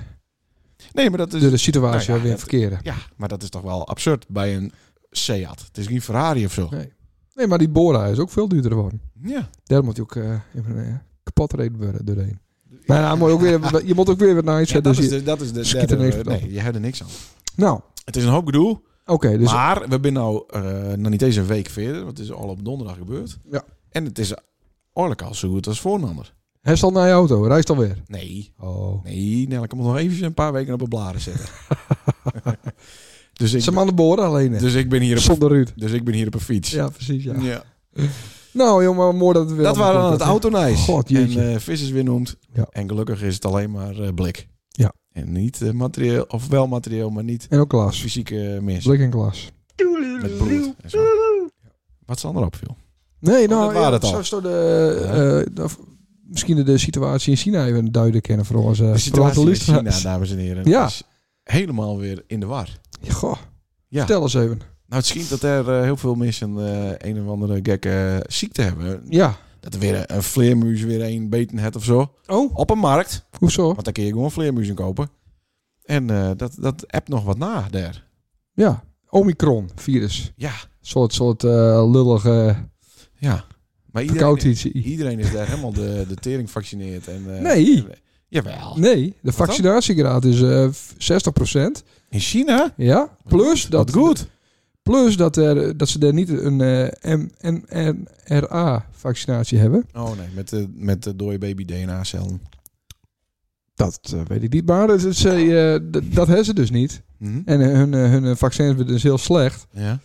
S2: Nee, maar dat is,
S1: door de situatie
S2: Nou ja,
S1: waar we in
S2: dat-
S1: verkeren.
S2: ja, maar dat is toch wel absurd bij een Seat. Het is geen Ferrari of zo.
S1: Nee. nee, maar die Bora is ook veel duurder geworden.
S2: Ja.
S1: Daar moet je ook eh, even eh, kapot reden worden doorheen. Nou, nou, moet je, ook weer, je moet ook weer wat naar iets
S2: Ja,
S1: zetten.
S2: dat,
S1: dus
S2: is
S1: je-
S2: de, dat is de
S1: schiet er
S2: derde-
S1: niks van.
S2: Nee, je hebt er niks aan.
S1: Nou,
S2: Het is een hoop gedoe.
S1: oké. dus
S2: maar we zijn nou eh, nog niet eens een week verder. Want het is al op donderdag gebeurd.
S1: Ja.
S2: En het is eigenlijk al zo goed als voornander.
S1: Hij is al naar je auto, reist alweer.
S2: Nee,
S1: Oh.
S2: Nee, Nelke moet nog even een paar weken op de blaren zitten. dus,
S1: Ze
S2: ik,
S1: man de boren alleen. hè?
S2: dus, ik ben hier op,
S1: Zonder Ruud.
S2: dus ik ben hier op een fiets.
S1: Ja, precies. Ja.
S2: Ja.
S1: Nou, jongen, mooi dat we weer.
S2: Dat waren dan
S1: allemaal
S2: het
S1: goed hadden.
S2: autonijs.
S1: God,
S2: en
S1: jeetje.
S2: eh vis is weer noemd.
S1: Ja.
S2: En gelukkig is het alleen maar eh, blik.
S1: Ja.
S2: En niet eh, materieel, of wel materieel, maar niet
S1: En ook Klaas.
S2: fysieke mis.
S1: Blik en Klaas.
S2: Met bloed en zo. Wat is er op viel?
S1: Nee,
S2: Oh,
S1: nou,
S2: dat waren het al.
S1: zo zo de, eh, de- misschien de situatie in China even duiden kennen voor onze
S2: De
S1: voor onze
S2: situatie in China,
S1: luisteraars.
S2: dames en heren,
S1: Ja.
S2: is helemaal weer in de war.
S1: Ja, Goh.
S2: Ja.
S1: Vertel eens even.
S2: Nou, het schijnt dat er eh, heel veel mensen eh, een of andere gekke eh, ziekte hebben.
S1: Ja.
S2: Dat er weer een, een vleermuis weer een beten het of zo.
S1: Oh,
S2: Op een markt.
S1: hoezo?
S2: Want dan kun je gewoon vleermuizen kopen. En eh, dat, dat appt nog wat na daar.
S1: Ja. Omicron virus.
S2: Ja.
S1: Soort, soort eh, lullige
S2: Ja. Maar
S1: verkoud
S2: iedereen, iedereen is daar helemaal de, de tering vaccineerd. En, eh,
S1: Nee.
S2: en- jawel.
S1: Nee, de vaccinatiegraad is eh 60%.
S2: In China?
S1: Ja, plus dat,
S2: Wat goed.
S1: Plus dat, er, dat ze daar niet een eh MNRA-vaccinatie hebben.
S2: Oh nee, met de, met de dode baby DNA-cellen.
S1: Dat eh, weet ik niet. Maar dat, dat, dat hebben ze dus niet.
S2: Mhm.
S1: En eh, hun, eh, hun eh, vaccins worden dus heel slecht.
S2: Ja.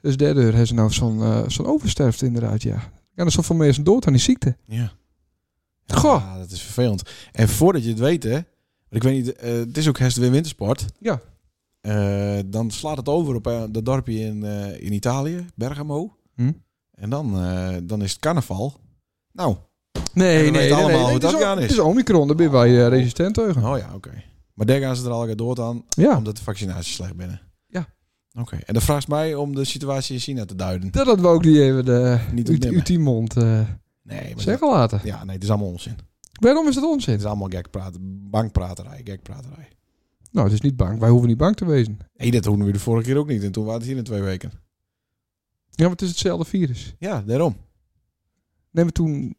S1: Dus daardoor hebben ze nou zo'n eh, zo'n oversterfte inderdaad, ja. Ja, er zoveel mensen dood aan die ziekte.
S2: Ja.
S1: Goh.
S2: Ja, dat is vervelend. En voordat je het weet, hè. want Ik weet niet, eh, het is ook herfst weer wintersport.
S1: Ja.
S2: Eh, dan slaat het over op eh, dat dorpje in, eh, in Italië, Bergamo.
S1: Hm?
S2: En dan, eh, dan is het carnaval. Nou,
S1: Nee,
S2: weten allemaal hoe
S1: het
S2: dat
S1: is o-
S2: gaan is.
S1: Het is Omicron, daar ben wij eh, resistent tegen.
S2: oh ja, oké. Maar daar gaan ze er al door aan,
S1: Ja,
S2: omdat de vaccinaties slecht binnen.
S1: Ja.
S2: Oké, en dan vraagt mij om de situatie in China te duiden.
S1: dat hadden we ook niet even de,
S2: Niet
S1: uit,
S2: opnemen.
S1: uit die mond eh,
S2: Nee, maar
S1: zeggen laten.
S2: Ja, nee, het is allemaal onzin.
S1: Waarom is dat onzin?
S2: Het is allemaal gekpraat, bankpraterij, gekpraterij.
S1: Nou, het is niet bang. Wij hoeven niet bang te wezen.
S2: Nee, dat hoorden we de vorige keer ook niet. En toen waren het hier in twee weken.
S1: Ja, maar het is hetzelfde virus.
S2: Ja, daarom.
S1: Nee, maar toen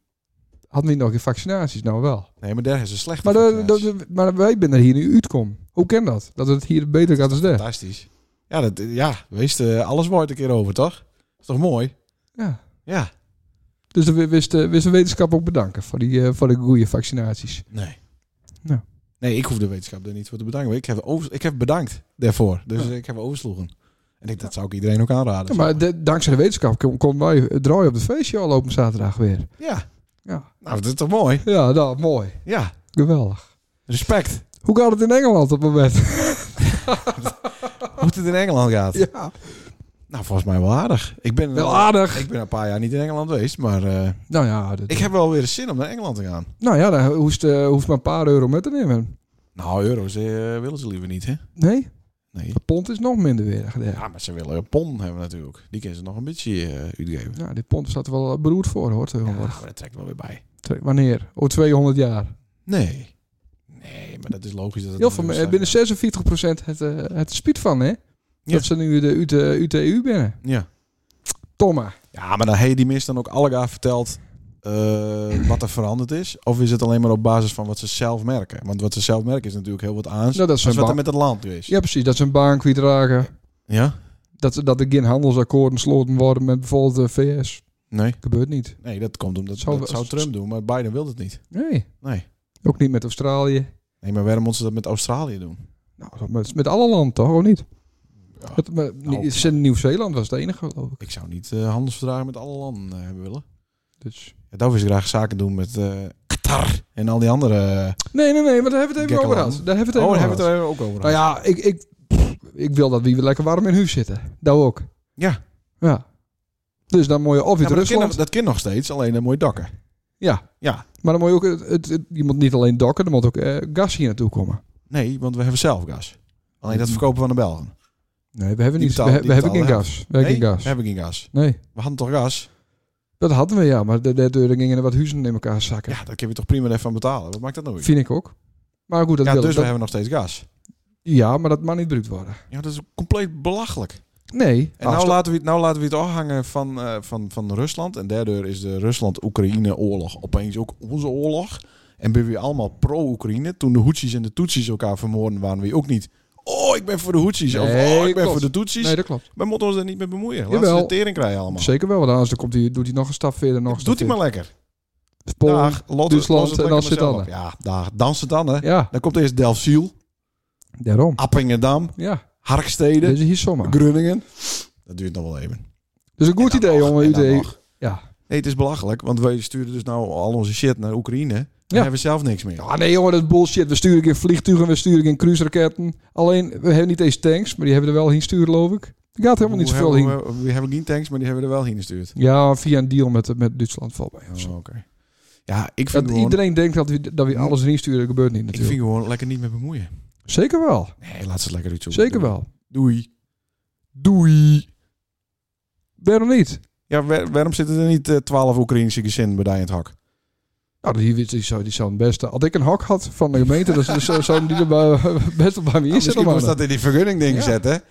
S1: hadden we nog geen vaccinaties? Nou wel.
S2: Nee, maar daar is een slechte
S1: Maar, de,
S2: vaccinatie.
S1: de- de- maar wij zijn er hier nu uitkom. Hoe kan dat? Dat het hier beter gaat dan daar.
S2: Fantastisch. Ja, dat, ja wees eh, alles wordt een keer over, toch? Is toch mooi?
S1: Ja.
S2: Ja.
S1: Dus we wist, de- wist de wetenschap ook bedanken voor, die, eh, voor de goede vaccinaties.
S2: Nee.
S1: Nou.
S2: Nee, ik hoef de wetenschap er niet voor te bedanken. maar Ik heb, over, ik heb bedankt daarvoor. Dus
S1: Ja.
S2: ik heb oversloegen. En ik, dat zou ik iedereen ook aanraden.
S1: Ja, maar de- dankzij de wetenschap kon, kon wij het draaien op het feestje al open zaterdag weer.
S2: Ja.
S1: Ja.
S2: Nou, dat is toch mooi?
S1: Ja, nou, mooi.
S2: Ja.
S1: Geweldig.
S2: Respect.
S1: Hoe gaat het in Engeland op het moment?
S2: Hoe het in Engeland gaat.
S1: Ja,
S2: Nou, volgens mij wel aardig. Ik ben,
S1: wel aardig.
S2: ik ben een paar jaar niet in Engeland geweest, maar eh,
S1: Nou ja, dat-
S2: ik heb wel weer eens zin om naar Engeland te gaan.
S1: nou ja dan hoeft, eh, hoeft maar een paar euro mee te nemen.
S2: Nou, euro's eh, willen ze liever niet, hè?
S1: Nee,
S2: Nee.
S1: de pond is nog minder weer. Ja.
S2: Ja, maar ze willen een pon hebben natuurlijk. Die kunnen ze nog een beetje eh uitgeven.
S1: Nou, die pond staat er wel beroerd voor, hoor.
S2: Ja,
S1: tegenwoordig.
S2: maar dat trekt wel weer bij.
S1: Twee- Wanneer? Over 200 jaar.
S2: Nee. Nee, maar dat is logisch. Dat het
S1: Heel
S2: dan
S1: veel,
S2: weer
S1: eh,
S2: slecht
S1: binnen 46% het, eh, het spiet van, hè?
S2: Ja.
S1: Dat ze nu de UT, UTU binnen.
S2: gaat. Ja.
S1: Toma.
S2: ja, maar dan heb je die mis dan ook allegaar verteld eh, wat er veranderd is. Of is het alleen maar op basis van wat ze zelf merken? Want wat ze zelf merken is natuurlijk heel wat aans.
S1: Nou, dat is
S2: als
S1: een
S2: wat
S1: baan.
S2: er met het land nu is.
S1: Ja, precies. Dat ze een baan kwijtraken.
S2: ja?
S1: Dat, dat er geen handelsakkoorden gesloten worden met bijvoorbeeld de VS.
S2: Nee.
S1: Gebeurt niet.
S2: Nee, dat komt omdat
S1: Zou-
S2: dat zou Trump doen, maar Biden wil het niet.
S1: Nee.
S2: Nee.
S1: Ook niet met Australië.
S2: Nee, maar waarom moeten ze dat met Australië doen?
S1: Nou, dat met, met alle landen toch, of niet?
S2: Ja.
S1: Het, maar
S2: Nou.
S1: niet- Sint- Nieuw-Zeeland was het enige, geloof ik.
S2: Ik zou niet eh, handelsverdragen met alle landen eh, hebben willen.
S1: Dus.
S2: Ja, daar wil ik graag zaken doen met eh, Qatar en al die andere. eh,
S1: Nee, nee, nee, maar daar hebben we het even
S2: Gekke
S1: over
S2: land.
S1: gehad. Daar hebben we
S2: oh,
S1: het
S2: daar
S1: even
S2: hebben
S1: over
S2: we
S1: gehad.
S2: het er ook over.
S1: Nou ja, ik, ik, ik wil dat we weer lekker warm in huis zitten. Dat ook.
S2: Ja.
S1: Ja. Dus dan moet je of
S2: Ja,
S1: in
S2: maar dat, kan,
S1: Rusland...
S2: nog- dat kan nog steeds, alleen dan moet je dakken.
S1: Ja.
S2: Ja.
S1: Maar dan moet je ook... Het, het, het- je moet niet alleen dokken, er moet ook eh, gas hier naartoe komen.
S2: Nee, want we hebben zelf gas. Alleen dat verkopen Mm. we aan de Belgen.
S1: Nee, we hebben,
S2: Die
S1: niet,
S2: betaal-
S1: we, he-
S2: die
S1: we hebben geen
S2: betalen
S1: gas. We hebben
S2: nee,
S1: geen gas.
S2: we hebben geen gas.
S1: Nee,
S2: We hadden toch gas?
S1: dat hadden we ja, maar de, de deuren gingen er wat huizen in elkaar zakken.
S2: Ja, daar kun je toch prima even aan betalen. Wat maakt dat nou weer?
S1: Vind ik ook. Maar goed, dat
S2: Ja,
S1: wil
S2: dus we
S1: dat-
S2: hebben nog steeds gas.
S1: Ja, maar dat mag niet bruut worden.
S2: Ja, dat is compleet belachelijk.
S1: Nee.
S2: En nou laten, we, het- nou laten we het afhangen van, eh, van, van Rusland. En daardoor is de Rusland-Oekraïne-oorlog opeens ook onze oorlog. En ben we allemaal pro-Oekraïne. Toen de Houthis en de Tutsis elkaar vermoorden, waren we ook niet... Oh, ik ben voor de Houthis. of
S1: Nee,
S2: oh, ik ben
S1: klopt.
S2: voor de Tutsis.
S1: Nee, dat klopt.
S2: We moeten ons daar niet mee bemoeien. Laten
S1: Jawel.
S2: ze de tering krijgen allemaal.
S1: Zeker wel, want anders dan komt die, doet hij nog een stap verder. Nog een stap
S2: Doet hij maar lekker.
S1: verder. Polen.
S2: Dag, lot,
S1: Duitsland
S2: los het
S1: en
S2: lekker
S1: Amsterdam.
S2: maar zelf op. Ja, dag, dans het dan hè.
S1: Ja,
S2: Dan komt eerst Delfziel,
S1: daarom.
S2: Appingedam,
S1: Ja,
S2: Harkstede,
S1: dit is hier zomaar.
S2: Grunningen. Dat duurt nog wel even.
S1: Dus een goed
S2: En dan
S1: idee,
S2: nog,
S1: jongen.
S2: en dan
S1: Idee.
S2: nog.
S1: Ja.
S2: Nee, het is belachelijk, want wij sturen dus nou al onze shit naar Oekraïne. En
S1: Ja.
S2: hebben zelf niks meer.
S1: Ah, nee, jongen, dat is bullshit. We sturen geen vliegtuigen, we sturen geen cruiseraketten. Alleen, we hebben niet eens tanks, maar die hebben er wel heen sturen, geloof ik. Er gaat helemaal niet
S2: Hoe
S1: zoveel heen.
S2: hebben we, we hebben geen tanks, maar die hebben er wel heen gestuurd.
S1: Ja, via een deal met, met Duitsland valt mij. of zo.
S2: Oh, oké. Ja, ik vind,
S1: Dat
S2: gewoon,
S1: iedereen denkt dat we, dat we alles erin sturen, dat gebeurt niet
S2: ik
S1: natuurlijk.
S2: vind gewoon lekker niet mee bemoeien.
S1: Zeker wel.
S2: Nee, laat ze het lekker uitzoeken.
S1: Zeker wel.
S2: Doei. Doei.
S1: Waarom niet?
S2: Ja, wa- waarom zitten er niet eh, twaalf Oekraïnse gezinnen bij die in het hak?
S1: Nou, die, die, zou, die zou het beste... Als ik een hak had van de gemeente, dan zou- zou zou die er bij- best op bij me in
S2: Misschien
S1: zitten.
S2: moest
S1: mannen.
S2: dat in die vergunning ding
S1: Ja.
S2: zetten.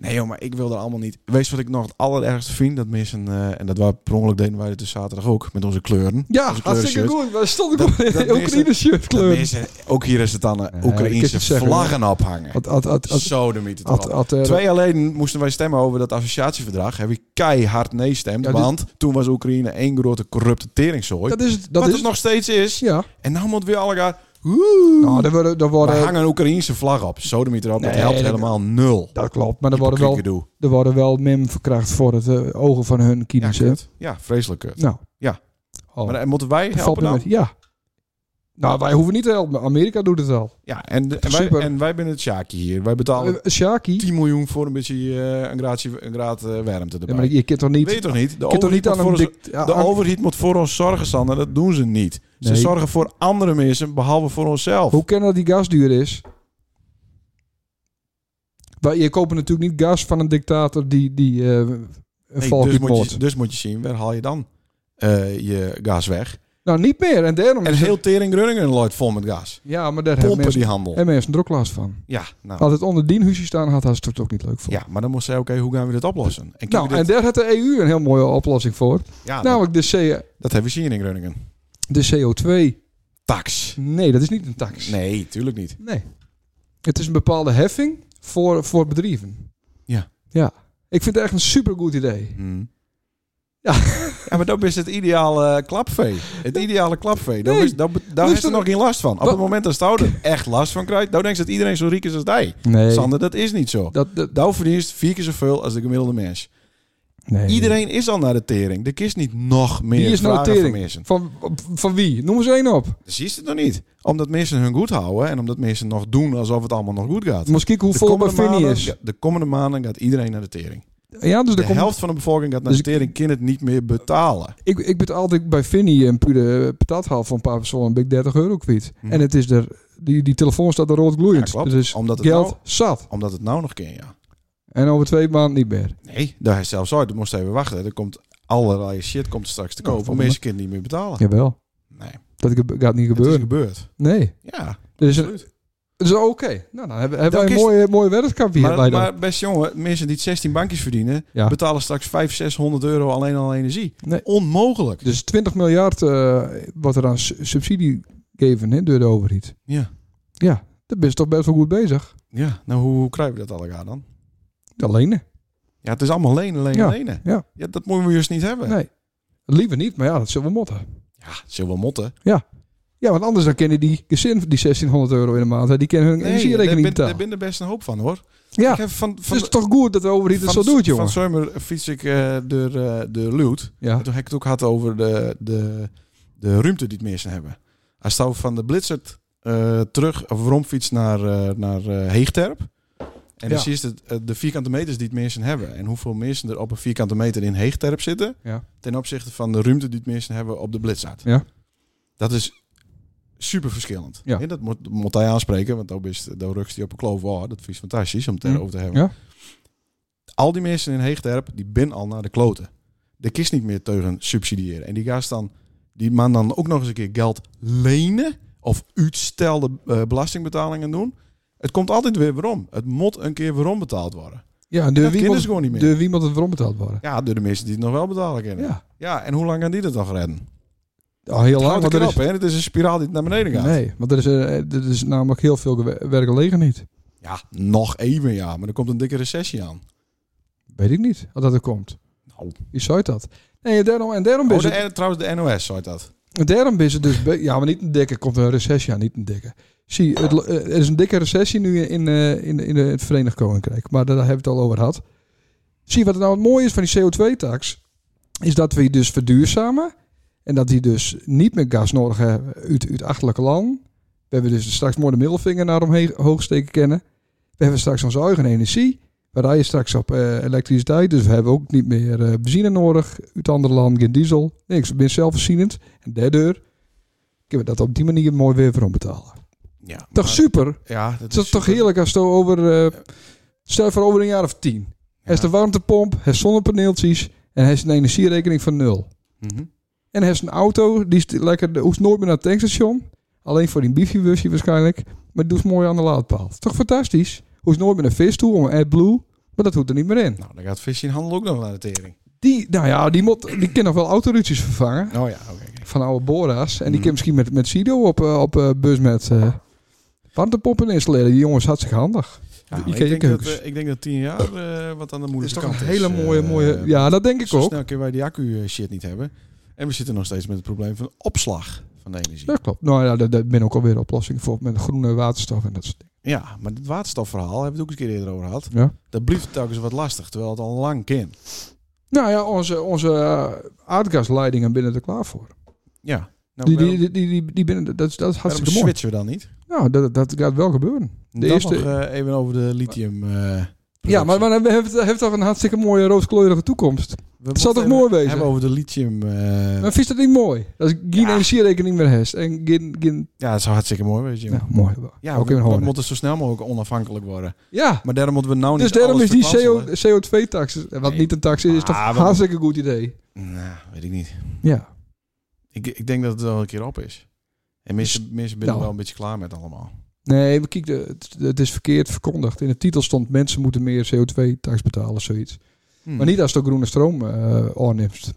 S2: Nee joh, maar ik wil er allemaal niet... Weet je wat ik nog het allerergste vind? Dat mensen, eh, en dat waar per ongeluk deden wij het dus zaterdag ook, met onze kleuren.
S1: Ja,
S2: Onze
S1: hartstikke
S2: kleurenshirt.
S1: goed. Daar stond ik
S2: Dat-
S1: op in
S2: dat
S1: de Oekraïne shirt
S2: Dat
S1: kleur.
S2: mensen, ook hier is het dan eh,
S1: Nee, ik kan
S2: Oekraïnse
S1: het zeggen,
S2: vlaggen ophangen.
S1: Had, had, had, had,
S2: Zo, de mythe
S1: had,
S2: toch
S1: had, eh,
S2: Twee alleen moesten wij stemmen over dat associatieverdrag. Heb ik keihard nee gestemd,
S1: Ja, dit-
S2: want toen was Oekraïne één grote corrupte teringzooi.
S1: dat is het.
S2: Wat
S1: Dat is
S2: het nog steeds is.
S1: Ja.
S2: En nou moet weer allegaar...
S1: Nou, er worden, er
S2: We
S1: worden,
S2: hangen een Oekraïnse vlag op. Sodemiet erop. dat
S1: Nee,
S2: helpt
S1: dat-
S2: helemaal nul.
S1: dat klopt, maar er worden, wel,
S2: Hypocriet gedoe.
S1: er worden wel mem verkracht voor het eh, ogen van hun
S2: Ja,
S1: kines. hè?
S2: kut. ja, vreselijk kut.
S1: nou.
S2: Ja.
S1: Oh,
S2: Maar dan moeten wij
S1: dat valt
S2: helpen
S1: me
S2: nou?
S1: met. Ja. Nou, wij hoeven niet te helpen. Amerika doet het al.
S2: Ja, en, en, wij,
S1: Super.
S2: en wij zijn het Sjaakje hier. Wij
S1: Eh,
S2: betalen
S1: Shaki.
S2: 10 miljoen voor een beetje eh, een, graadje, een graad eh, warmte
S1: Ja,
S2: erbij.
S1: maar je kunt toch niet,
S2: Weet je toch niet? De,
S1: je kunt toch niet
S2: overheid, moet
S1: aan
S2: voor
S1: een
S2: ons,
S1: dict... ja,
S2: de
S1: aan-
S2: overheid moet voor ons zorgen, Sander. Dat doen ze niet. Ze
S1: Nee.
S2: zorgen voor andere mensen, behalve voor onszelf.
S1: Hoe kennen dat die gas duur is? Maar je koopt natuurlijk niet gas van een dictator die, die eh, een
S2: Nee,
S1: volk
S2: dus, moet
S1: uitmoordt.
S2: je, dus moet je zien, waar haal je dan eh, je gas weg?
S1: Nou, niet meer. En daarom
S2: En
S1: is het-
S2: heel Tering Grunningen loopt vol met gas.
S1: Ja, maar daar hebben
S2: Pompen
S1: mensen,
S2: die handel.
S1: hebben mensen er ook last van.
S2: Ja, nou.
S1: Als het onder dien huisje staan had, had ze het ook niet leuk voor.
S2: ja, maar dan moest zij, oké, hoe gaan we dit oplossen? En kunnen
S1: nou,
S2: we dit, Ah,
S1: en nou- daar had de EU een heel mooie oplossing voor.
S2: ja, dat-
S1: Namelijk de C...
S2: dat hebben we zien in Grunningen.
S1: De CO2.
S2: Tax.
S1: Nee, dat is niet een tax.
S2: Nee, tuurlijk niet.
S1: Nee. Het is een bepaalde heffing voor, voor bedrijven.
S2: Ja.
S1: Ja. Ik vind het echt een supergoed idee. Ja.
S2: ja, maar dan is het ideale eh, klapvee. Het ideale klapvee. Dan
S1: Nee. Dus
S2: is, dan, daar heeft ze
S1: dan-
S2: nog geen last van. Op
S1: Wat-
S2: het moment dat Stout er echt last van krijgt, dan denkt dat iedereen zo riek is als hij.
S1: Nee.
S2: Sander, dat is niet zo.
S1: Dat, dat,
S2: Douw verdient vier keer zoveel als de gemiddelde mens.
S1: nee.
S2: Iedereen is al naar de tering. De kist niet nog meer
S1: Die is naar de
S2: vragen van
S1: tering.
S2: mensen.
S1: Van, van wie? Noem eens één op.
S2: Zie je het nog niet. Omdat mensen hun goed houden en omdat mensen nog doen alsof het allemaal nog goed gaat.
S1: Moest kijken hoe
S2: De
S1: vol
S2: komende
S1: Buffini
S2: maanden-
S1: is.
S2: ja, De komende maanden gaat iedereen naar de tering.
S1: Ja, dus
S2: De
S1: daar komt
S2: helft van de bevolking gaat naar
S1: Dus
S2: de tering, kan het niet meer betalen.
S1: Ik, ik betaal altijd bij Vinnie een pure patathal van een paar personen. Ben ik 30 euro kwijt.
S2: Mhm.
S1: En het is er, die, die telefoon staat er rood
S2: Ja,
S1: gloeiend.
S2: klopt.
S1: Dus
S2: omdat, het
S1: geld
S2: nou,
S1: zat.
S2: omdat het nou nog kan, ja.
S1: En over twee maanden niet meer.
S2: Nee, daar is zelfs uit. Dat moest even wachten. Er komt allerlei shit komt er straks te
S1: Nou,
S2: koop.
S1: voor
S2: Want mensen kunnen niet meer betalen.
S1: Jawel.
S2: Nee,
S1: Dat gebe- gaat niet
S2: het is
S1: gebeuren.
S2: gebeurd.
S1: Nee.
S2: Ja,
S1: Dus, een-
S2: absoluut.
S1: dus oké. Nou, dan hebben, hebben
S2: Dan
S1: wij een
S2: kies-
S1: mooie, mooie weddenschap hier.
S2: Maar,
S1: bij dan.
S2: maar best jongen, mensen die 16 bankjes verdienen,
S1: Ja.
S2: betalen straks 500, 600 euro alleen al aan energie.
S1: Nee.
S2: Onmogelijk.
S1: Dus 20 miljard eh, wordt er aan su- subsidie gegeven hè, door de overheid.
S2: Ja.
S1: Ja, daar ben je toch best wel goed bezig.
S2: ja, nou hoe, hoe krijgen we dat aan elkaar dan?
S1: Alleen. hè?
S2: Ja, het is allemaal lenen, lenen,
S1: Ja,
S2: lenen.
S1: ja.
S2: ja, dat moeten we juist niet hebben.
S1: Nee. Liever niet, maar ja, dat zullen we motten.
S2: Ja, het is heel wel motten.
S1: Ja, want anders dan kennen die gezin die 1600 euro in de maand. hè, Die kennen hun energierekening
S2: daar
S1: niet
S2: ben- daar
S1: betalen.
S2: ben er best een hoop van hoor.
S1: Ja, dus
S2: Ik heb van,
S1: het
S2: van,
S1: is toch goed dat de overheid het zo
S2: van-
S1: doet, jongen.
S2: Van Zomer fiets ik eh, door eh, de Luut.
S1: ja.
S2: En toen heb ik het ook gehad over de, de, de ruimte die het mensen hebben. Hij stond van de Blitzert eh, terug of romfiets naar, eh, naar eh, Heegterp. En dan
S1: Ja.
S2: zie je het, eh, de vierkante meters die het mensen hebben. En hoeveel mensen er op een vierkante meter in Heegterp zitten.
S1: Ja.
S2: Ten opzichte van de ruimte die het mensen hebben op de Blitzert.
S1: Ja.
S2: Dat is super verschillend.
S1: Ja.
S2: En dat moet, moet hij aanspreken. Want dan, is, dan rukst hij op een kloof. Oh, dat is fantastisch om het
S1: Mm.
S2: erover te hebben.
S1: Ja.
S2: Al die mensen in Heegterp, die bin al naar de kloten de kist niet meer teugen subsidiëren. En die gaast dan, die man dan ook nog eens een keer geld lenen of uitstelde eh, belastingbetalingen doen. Het komt altijd weer waarom. Het moet een keer waarom betaald worden.
S1: ja,
S2: De
S1: de wie,
S2: dat kennen
S1: moet,
S2: ze gewoon niet meer.
S1: de wie moet het waarom betaald worden?
S2: Ja, door de mensen die het nog wel betalen kennen. Ja,
S1: Ja,
S2: en hoe lang gaan die dat nog redden?
S1: al Ah, heel
S2: Het
S1: lang.
S2: houdt
S1: Want
S2: er
S1: er
S2: op,
S1: is,
S2: hè? Het is een spiraal die naar beneden gaat.
S1: nee, want er is, eh, er is namelijk heel veel gewe- werkgelegenheid.
S2: Ja, nog even ja, maar er komt een dikke recessie aan.
S1: Weet ik niet, als dat er komt.
S2: Nou,
S1: Wie zei dat? Nee, daarom, en daarom
S2: oh,
S1: is
S2: de,
S1: het...
S2: en trouwens, de NOS zei dat.
S1: En Daarom is het dus... be- Ja, maar niet een dikke. Komt een recessie aan, niet een dikke. Zie, het, lo- eh, er is een dikke recessie nu in, eh, in, in het Verenigd Koninkrijk. Maar daar hebben we het al over gehad. Zie, wat het nou het mooie is van die CO2-tax... is dat we die dus verduurzamen. En dat die dus niet meer gas nodig hebben uit, uit achterlijke landen. We hebben dus straks mooi de middelvinger naar omheen hoog steken kennen. We hebben straks onze eigen energie. We rijden straks op eh, elektriciteit. Dus we hebben ook niet meer eh, benzine nodig. Uit andere landen geen diesel. Niks. We zijn zelfvoorzienend. En derdeur kunnen we dat op die manier mooi weer voor betalen.
S2: Ja, maar-
S1: Toch super? Het
S2: Ja, dat
S1: is dat toch
S2: super.
S1: heerlijk als het over... eh, stel voor over een jaar of tien. Hij is de warmtepomp, hij heeft zonnepaneeltjes... en hij is een energierekening van nul.
S2: Mhm.
S1: En hij is een auto, die is lekker, de- hoeft nooit meer naar het tankstation. Alleen voor die biefjebusje waarschijnlijk. Maar doet mooi aan de laadpaal. Is Toch fantastisch? Hoeft nooit meer naar vis toe, om AdBlue. Maar dat hoeft er niet meer in.
S2: Nou, dan gaat Vissie in handel ook nog naar de tering.
S1: Die, nou ja, die, mot, die kan nog wel autoruutjes vervangen.
S2: Oh ja, oké. oké.
S1: Van oude Bora's. En die
S2: Mhm.
S1: kan misschien met, met Sido op, eh, op eh, bus met eh warmtepompen installeren. Die jongens hartstikke handig.
S2: Ja,
S1: De
S2: maar
S1: IKEA
S2: ik, denk dat,
S1: keukens.
S2: eh, ik denk dat tien jaar eh, wat aan de
S1: Dat is
S2: moeilijke
S1: toch
S2: kant
S1: een hele mooie,
S2: eh,
S1: mooie... Ja, dat denk ik
S2: zo
S1: ook.
S2: snel kunnen wij die accu eh, shit niet hebben. En we zitten nog steeds met het probleem van opslag van de energie.
S1: Dat klopt. Nou ja, daar daar ben ook alweer oplossing voor. Met groene waterstof en dat soort dingen.
S2: Ja, maar het waterstofverhaal hebben we het ook eens een keer eerder over gehad.
S1: Ja.
S2: Dat blijft telkens wat lastig, terwijl het al lang kan.
S1: Nou ja, onze, onze eh, aardgasleidingen binnen er klaar voor.
S2: Ja. Nou,
S1: Die,
S2: waarom-
S1: die, die, die, die- die binnen, dat, is- dat is
S2: waarom
S1: hartstikke mooi.
S2: switchen we dan niet?
S1: Nou, dat, dat gaat wel gebeuren.
S2: De dan
S1: eerste-
S2: nog eh, even over de lithium. eh,
S1: Ja, maar,
S2: productie.
S1: maar we hebben, hebben toch een hartstikke mooie rooskleurige toekomst.
S2: we
S1: Het zal
S2: moeten
S1: toch
S2: even
S1: mooi
S2: hebben
S1: wezen?
S2: over de lithium. eh,
S1: Maar vind je dat niet mooi? Dat is geen energierekening meer heeft. En geen... geen
S2: ja, dat zou hartstikke mooi wezen, jongen.
S1: nou, mooi.
S2: Ja,
S1: ook
S2: we,
S1: in
S2: we
S1: Hoorn.
S2: moeten zo snel mogelijk onafhankelijk worden.
S1: Ja,
S2: Maar daarom moeten we nou niet
S1: dus daarom
S2: alles
S1: is die CO,
S2: verkwanselen.
S1: CO2-tax, eh, wat
S2: Nee.
S1: niet een tax is, is toch
S2: Ah,
S1: een
S2: maar-
S1: hartstikke goed idee.
S2: Nou, weet ik niet.
S1: Ja.
S2: Ik, ik denk dat het wel een keer op is. En mensen, mensen zijn
S1: nou.
S2: er wel een beetje klaar met allemaal.
S1: Nee, maar kijk, de- het, het is verkeerd verkondigd. In de titel stond mensen moeten meer CO2-tax betalen, zoiets.
S2: Hmm.
S1: Maar niet als de groene stroom eh aanneemt.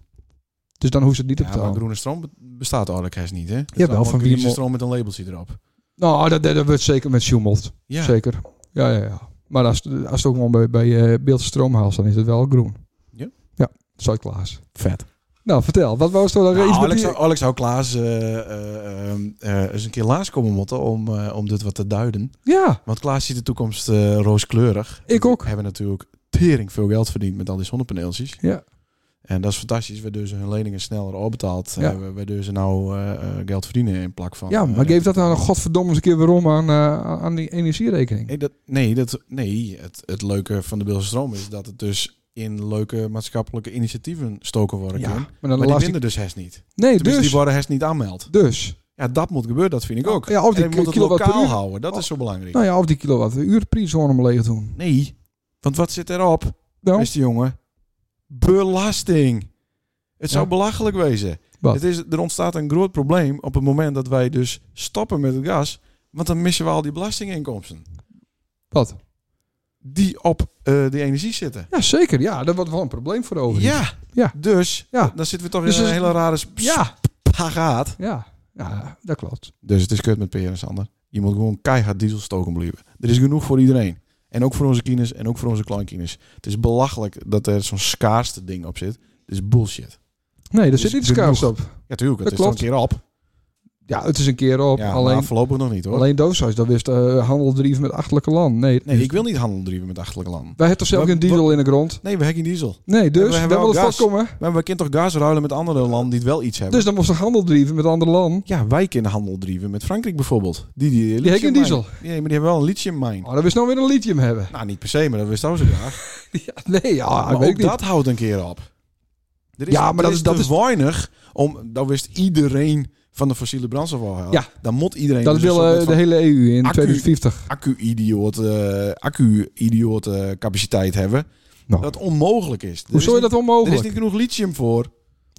S1: Dus dan hoeft ze het niet te
S2: Ja, maar
S1: betalen.
S2: groene stroom be- bestaat eigenlijk haast niet, hè? Het is
S1: Jawel,
S2: allemaal
S1: van
S2: groene
S1: Wiemel.
S2: stroom met een labeltje erop.
S1: nou, dat, dat, dat wordt zeker met Schumold.
S2: Ja,
S1: Zeker. Ja, ja, ja. Maar als, als het ook gewoon bij, bij eh beeldstroom haalt, dan is het wel groen.
S2: Ja?
S1: Ja, Zuid-Klaas.
S2: vet.
S1: Nou, vertel. Wat was er dan
S2: Nou,
S1: iets met
S2: Alex,
S1: die-
S2: zou, Alex zou Klaas eh, eh, eh, eens een keer laatst komen moeten om, eh, om dit wat te duiden.
S1: Ja,
S2: Want Klaas ziet de toekomst eh, rooskleurig.
S1: ik
S2: We
S1: ook.
S2: hebben natuurlijk tering veel geld verdiend met al die zonnepaneeltjes.
S1: Ja.
S2: En dat is fantastisch. We dus hun leningen sneller opbetaald.
S1: Ja.
S2: Eh, we, we dus nou eh, eh, geld verdienen in plak van...
S1: Ja, maar
S2: eh,
S1: geef dat nou een godverdomme eens een keer waarom aan, eh, aan die energierekening.
S2: Nee, dat, nee, dat, nee het, het leuke van de Beelse Stroom is dat het dus in leuke maatschappelijke initiatieven stoken worden kan.
S1: Ja,
S2: Maar
S1: maar dan
S2: die
S1: laat ik...
S2: winnen dus hers niet.
S1: Nee,
S2: Tenminste,
S1: dus.
S2: die worden hers niet aanmeld.
S1: Dus.
S2: Ja, dat moet gebeuren, dat vind ik ook.
S1: Ja, of
S2: en
S1: die
S2: ik moet het
S1: kilowatt per
S2: lokaal
S1: uur.
S2: houden, dat is zo belangrijk.
S1: Nou ja, of die kilowattuurprijs gewoon om leeg doen.
S2: Nee, want wat zit erop,
S1: Nou,
S2: beste jongen? Belasting. Het zou
S1: Ja.
S2: belachelijk wezen.
S1: Wat?
S2: Het is, er ontstaat een groot probleem op het moment dat wij dus stoppen met het gas. Want dan missen we al die belastinginkomsten.
S1: wat?
S2: Die op eh die energie zitten.
S1: Ja, zeker. Ja, daar wordt wel een probleem voor over.
S2: Ja.
S1: Ja.
S2: Dus
S1: Ja.
S2: dan zitten we toch
S1: Dus
S2: in een
S1: is-
S2: hele rare sp-
S1: Ja.
S2: spagaat.
S1: Ja. Ja, dat klopt.
S2: Dus het is kut met peren, Sander. Je moet gewoon keihard diesel stoken blijven. Er is genoeg voor iedereen. En ook voor onze kines en ook voor onze kleinkines. Het is belachelijk dat er zo'n schaarste ding op zit. Het is bullshit.
S1: Nee, er
S2: Dus
S1: zit niet
S2: genoeg.
S1: schaars op.
S2: Ja, tuurlijk. Het
S1: Dat
S2: is
S1: klopt.
S2: toch een keer op.
S1: Ja, het is een keer op.
S2: Ja,
S1: alleen
S2: maar voorlopig nog niet hoor.
S1: Alleen dooshuis, dat wist eh handel drijven met achterlijke land. Nee, dus-
S2: nee, ik wil niet handel drijven met achterlijke landen.
S1: wij hebben toch zelf
S2: Wat-
S1: geen diesel in de grond?
S2: Nee, we hebben geen diesel.
S1: Nee,
S2: Ja, we
S1: dus
S2: hebben
S1: daar
S2: wel
S1: wil het
S2: gas.
S1: voorkomen.
S2: Maar we kunnen toch gas ruilen met andere landen die het wel iets hebben.
S1: Dus dan moest toch handel drijven met andere land?
S2: ja, wij kunnen handel drijven met Frankrijk bijvoorbeeld. Die, die,
S1: Die heeft geen
S2: lithiummijn.
S1: diesel.
S2: Nee, maar die hebben wel een lithium mine.
S1: Oh, dat wist nou weer een lithium hebben.
S2: Nou, niet per se, maar dat wist ook zo graag.
S1: Ja, nee, ja,
S2: maar
S1: weet
S2: ook
S1: Ah, ik niet.
S2: dat houdt een keer op. Er
S1: Ja, maar
S2: er
S1: dat is- dat
S2: te
S1: is-
S2: weinig om. Dan wist iedereen van de fossiele brandstof al halen.
S1: Ja.
S2: Dan moet iedereen.
S1: dat
S2: dus
S1: wil
S2: een soort
S1: eh, de
S2: van
S1: hele EU in
S2: accu.
S1: 2050.
S2: accu-idioot, eh, accu-idioot eh, capaciteit hebben.
S1: Nou.
S2: Dat onmogelijk is. Er
S1: Hoe
S2: is
S1: zou je dat
S2: niet- Er is
S1: onmogelijk?
S2: niet genoeg lithium voor.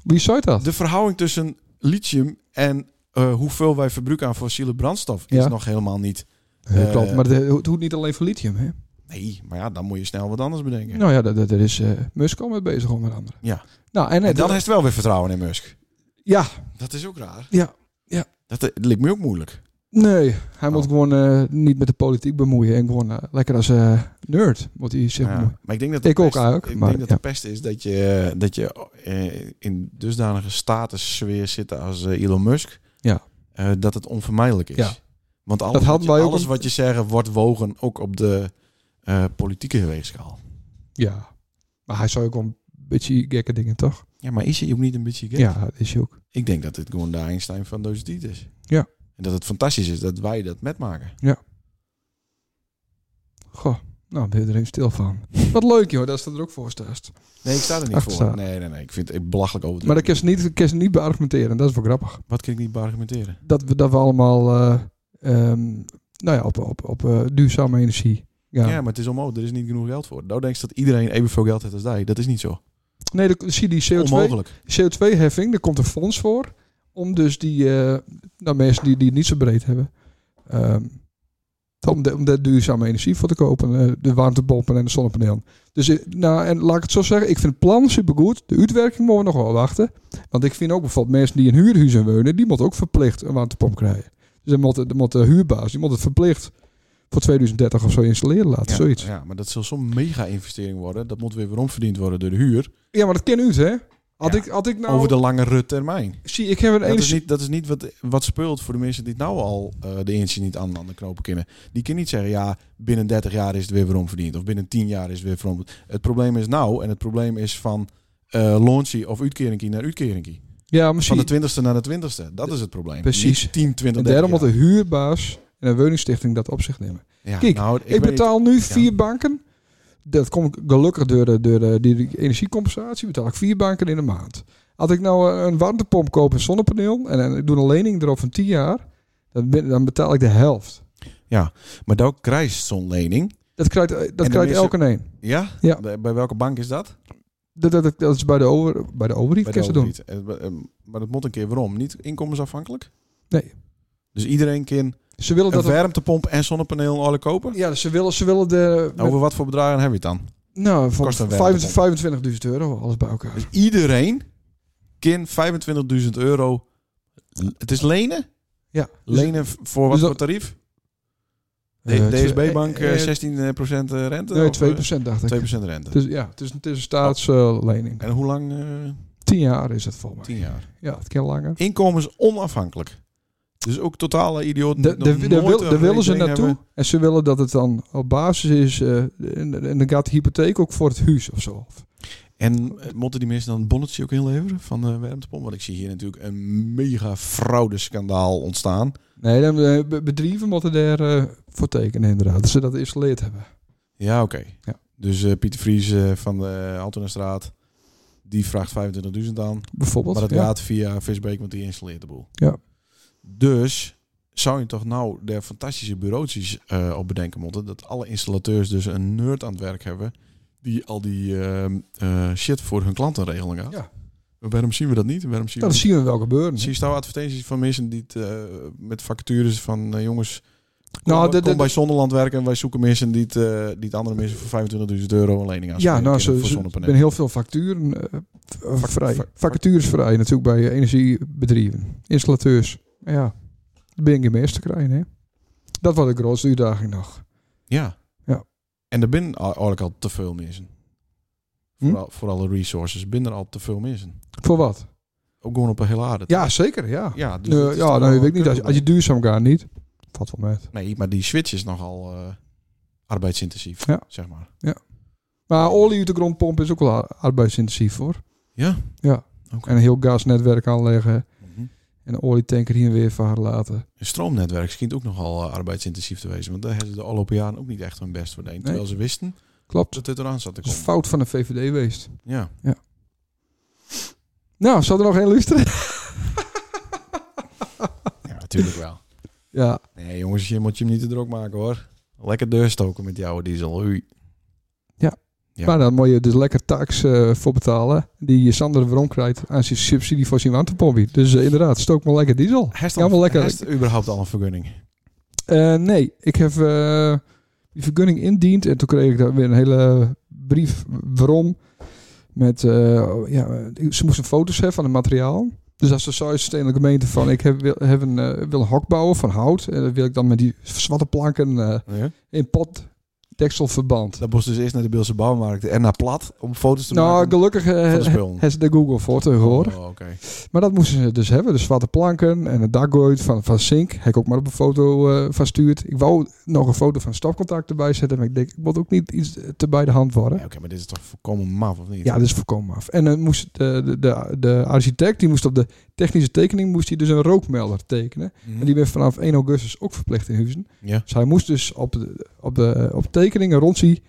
S1: Wie zei dat?
S2: De verhouding tussen lithium en eh, hoeveel wij verbruiken aan fossiele brandstof is
S1: Ja.
S2: nog helemaal niet.
S1: Ja,
S2: eh,
S1: klopt, maar de- het hoeft niet alleen voor lithium. Hè?
S2: Nee, maar ja, dan moet je snel wat anders bedenken.
S1: Nou ja, daar daar- daar is eh Musk al mee bezig onder andere.
S2: Ja.
S1: Nou, en,
S2: en dan heeft wel weer vertrouwen in Musk.
S1: Ja,
S2: Dat is ook raar.
S1: Ja, ja.
S2: Dat, eh, lijkt me ook moeilijk.
S1: nee. Hij
S2: Oh.
S1: moet gewoon eh, niet met de politiek bemoeien. En gewoon eh, lekker als eh, nerd moet hij zich bemoeien.
S2: Ja, maar ik denk dat de
S1: Ik ook
S2: pest-
S1: eigenlijk,
S2: Ik
S1: maar
S2: denk dat
S1: ja.
S2: de pest is dat je, dat je eh, in dusdanige statussfeer zit als eh, Elon Musk.
S1: Ja.
S2: eh, dat het onvermijdelijk is.
S1: Ja.
S2: Want alles,
S1: Dat
S2: wat,
S1: hadden
S2: je,
S1: wij ook
S2: alles
S1: een-
S2: wat je zegt wordt wogen ook op de eh, politieke weegschaal.
S1: Ja. Maar hij zou ook wel een beetje gekke dingen, toch?
S2: Ja, maar is hij ook niet een beetje gek?
S1: Ja, dat is hij ook.
S2: Ik denk dat dit gewoon de Einstein van deze tijd is.
S1: Ja.
S2: En dat het fantastisch is dat wij dat metmaken.
S1: Goh, nou, ben je er even stil van. Wat leuk, joh, dat staat er ook voor staat.
S2: Nee, ik sta er niet
S1: Ach,
S2: voor.
S1: staat.
S2: Nee, nee, nee. Ik vind het belachelijk over.
S1: Maar dat kun je ze niet, kun je ze niet beargumenteren. Dat is wel grappig.
S2: Wat kan ik niet beargumenteren?
S1: Dat we, dat we allemaal eh, ehm, nou ja, op, op, op eh, duurzame energie
S2: Ja.
S1: gaan.
S2: maar het is onmogelijk. Er is niet genoeg geld voor. Nou denkt dat iedereen evenveel geld heeft als jij. Dat is niet zo.
S1: Nee, dan zie je die CO2,
S2: Onmogelijk.
S1: CO2-heffing. Daar komt een fonds voor. Om dus die eh, nou, mensen die, die het niet zo breed hebben... ehm, om, de, om daar duurzame energie voor te kopen. eh, de warmtepompen en de zonnepanelen. Dus eh, nou, en laat ik het zo zeggen. Ik vind het plan supergoed. De uitwerking moeten we nog wel wachten. Want ik vind ook bijvoorbeeld mensen die in huurhuizen wonen... die moeten ook verplicht een warmtepomp krijgen. Dus dan moet, de- dan moet de huurbaas die moet het verplicht... voor 2030 of zo installeren laten.
S2: Ja,
S1: zoiets.
S2: Ja, maar dat zal zo'n mega-investering worden. Dat moet weer weer omverdiend worden door de huur.
S1: Ja, maar dat ken u, hè? Had,
S2: Ja.
S1: ik, had ik nou...
S2: Over de langere termijn.
S1: Zie, ik heb een
S2: Dat is
S1: energie...
S2: niet, dat is niet wat, wat speelt voor de mensen die nou al eh, de eentjes niet aan, aan de knopen kennen. Die kunnen niet zeggen, ja, binnen 30 jaar is het weer weer omverdiend. Of binnen 10 jaar is het weer weer omverdiend. Het probleem is nou en het probleem is van eh launchy of uitkeringie naar uitkeringie.
S1: Ja, maar
S2: Van
S1: zie,
S2: de twintigste naar de twintigste. Dat is het probleem.
S1: Precies.
S2: Niet 10, 20,
S1: En daarom
S2: 30
S1: moet de
S2: jaar.
S1: huurbaas en een woningstichting dat op zich nemen.
S2: Ja,
S1: Kijk,
S2: nou,
S1: Ik, betaal nu vier
S2: ja.
S1: banken. Dat kom ik gelukkig door, de, door de, die die energiecompensatie. Betaal ik vier banken in de maand. Had ik nou eh, een warmtepomp koop en zonnepaneel. En, en ik doe een lening erop van 10 jaar. Dan, ben- dan betaal ik de helft.
S2: Maar dan krijgt zo'n lening.
S1: Dat krijgt, eh, dat
S2: de
S1: krijgt
S2: mensen-
S1: elke een.
S2: Ja?
S1: Ja.
S2: Bij, bij welke bank is dat?
S1: Dat, dat, dat- dat is bij de, over, bij de overheid. kun
S2: Bij de
S1: je dat doen.
S2: overheid. Eh, eh, Maar dat moet een keer waarom? Niet inkomensafhankelijk?
S1: Nee.
S2: Dus iedereen kan
S1: Ze willen
S2: een
S1: dat.
S2: warmtepomp en zonnepaneel alle kopen? Nou,
S1: ja, ze willen, ze willen de.
S2: Over wat voor bedragen heb je het dan?
S1: nou, van
S2: kost een
S1: 25 25.000 euro, alles bij elkaar.
S2: Dus iedereen kin 25.000 euro. Het is lenen?
S1: Ja.
S2: Lenen v- voor wat
S1: dus dat-
S2: voor tarief?
S1: Eh,
S2: De-
S1: twee-
S2: DSB-bank
S1: eh,
S2: eh,
S1: eh,
S2: 16% rente?
S1: Nee,
S2: Of, eh,
S1: 2% dacht ik.
S2: 2% rente.
S1: Dus ja, het is, het is een staatslening.
S2: En hoe lang? eh
S1: 10 jaar is het volgens mij.
S2: 10 jaar.
S1: Ja, het kan langer.
S2: Inkomens onafhankelijk. Dus ook totale
S1: De-
S2: idioot. nog
S1: de- de-
S2: nooit
S1: wil-
S2: een
S1: Daar willen ze
S2: rekening
S1: naartoe.
S2: hebben.
S1: En ze willen dat het dan op basis is. eh, en, en dan gaat de hypotheek ook voor het huis of zo.
S2: En eh, moeten die mensen dan een bonnetje ook inleveren van de warmtepomp? Want ik zie hier natuurlijk een mega fraudeschandaal ontstaan.
S1: Nee, dan, eh, be- bedrijven moeten daar eh, voor tekenen inderdaad. Dat ze dat geïnstalleerd hebben.
S2: Ja, oké.
S1: Ja.
S2: Dus eh, Pieter Vries eh, van de Altonastraat, die vraagt 25.000 aan.
S1: Bijvoorbeeld.
S2: Maar dat
S1: ja.
S2: gaat via Visbeek, want die installeert de boel.
S1: Ja.
S2: Dus zou je toch nou de fantastische bureautjes eh, op bedenken moeten... dat alle installateurs dus een nerd aan het werk hebben... die al die ehm, eh, shit voor hun klanten regelen gaat?
S1: Ja.
S2: Maar Waarom zien we dat niet? Waarom zien
S1: Nou,
S2: we
S1: dat zien we wel gebeuren.
S2: Zie je nou advertenties van mensen die het, eh, met vacatures van eh, jongens... Kom,
S1: Nou,
S2: nou,
S1: de- de-
S2: bij Zonderland werken en wij zoeken mensen die het, eh, die het andere mensen voor 25.000 euro een lening aan
S1: Ja, nou, zo,
S2: voor
S1: zo- er zijn
S2: zonnepanelen.
S1: heel veel facturen eh, v- eh,
S2: Vac-
S1: vrij.
S2: vac-
S1: Vacatures vrij natuurlijk bij eh, energiebedrijven, installateurs. Ja, daar ben ik meer te krijgen. Hè? Dat was de grootste uitdaging nog.
S2: Ja.
S1: Ja.
S2: En er binnen al- eigenlijk al te veel mensen.
S1: Hm?
S2: Voor, al- voor alle resources binnen er al te veel mensen.
S1: Voor wat?
S2: Ook gewoon op een hele aarde.
S1: Ja, zeker. Ja,
S2: ja, dus
S1: Nee,
S2: dat is
S1: ja
S2: toch
S1: nou,
S2: wel
S1: ik weet niet. Als,
S2: een
S1: als je duurzaam gaat, niet. Valt wel mee.
S2: keuze. Nee, maar die switch is nogal eh, arbeidsintensief,
S1: Ja.
S2: zeg maar.
S1: Maar olie uit de grond pompen is ook wel ar- arbeidsintensief hoor.
S2: Ja?
S1: Ja.
S2: Oké.
S1: En een heel gasnetwerk aanleggen. En een olietanker hier en weer varen laten.
S2: Mhm. Een stroomnetwerk schijnt ook nogal eh, arbeidsintensief te wezen. Want daar hebben ze de afgelopen jaren ook niet echt hun best voor gedaan. Terwijl ze wisten
S1: Klopt.
S2: dat dit eraan zat te
S1: Dat is
S2: komen.
S1: fout van de VVD geweest.
S2: Ja.
S1: Nou, zat er nog één luisteren?
S2: ja, natuurlijk wel.
S1: Ja.
S2: Nee, jongens, je moet je hem niet te druk maken hoor. Lekker deurstoken met jouw diesel. Oei. Ja.
S1: Maar dan moet je dus lekker tax eh, voor betalen. Die Sander Wrom krijgt aan zijn subsidie voor zijn warmtepomp. Dus eh, inderdaad, stook maar lekker diesel.
S2: Heeft
S1: Ja, wel lekker.
S2: Heeft überhaupt al een vergunning?
S1: Eh, nee, ik heb eh, die vergunning indiend. En toen kreeg ik daar weer een hele brief waarom. Met, eh, ja, ze moesten foto's hebben van het materiaal. Dus als de Zuid-Stedelijke gemeente van... ik heb, wil, heb een, eh, wil een hok bouwen van hout. En dat wil ik dan met die zwarte planken eh, in potdekselverband.
S2: Dat moest dus eerst naar de Beelse bouwmarkt en naar plat om foto's te
S1: Nou,
S2: maken
S1: gelukkig eh,
S2: van de
S1: he-
S2: spullen.
S1: heeft ze de Google voor tegenwoordig.
S2: Oh, oké.
S1: Maar dat moesten ze dus hebben. De zwarte planken en een dakgoot van, van zink. Heb ik ook maar op een foto eh, van stuurd. Ik wou nog een foto van stopcontact erbij zetten. Maar ik denk, ik moet ook niet iets te bij de hand worden.
S2: Ja, Oké, maar dit is toch volkomen maf, of niet?
S1: Ja, dat is voorkomen af. En dan moest de, de, de, de architect, die moest op de technische tekening, moest hij dus een rookmelder tekenen.
S2: Mhm.
S1: En die werd vanaf 1 augustus ook verplicht in Huizen.
S2: ja.
S1: Dus hij moest dus op, de, op, de, op tekeningen rond zie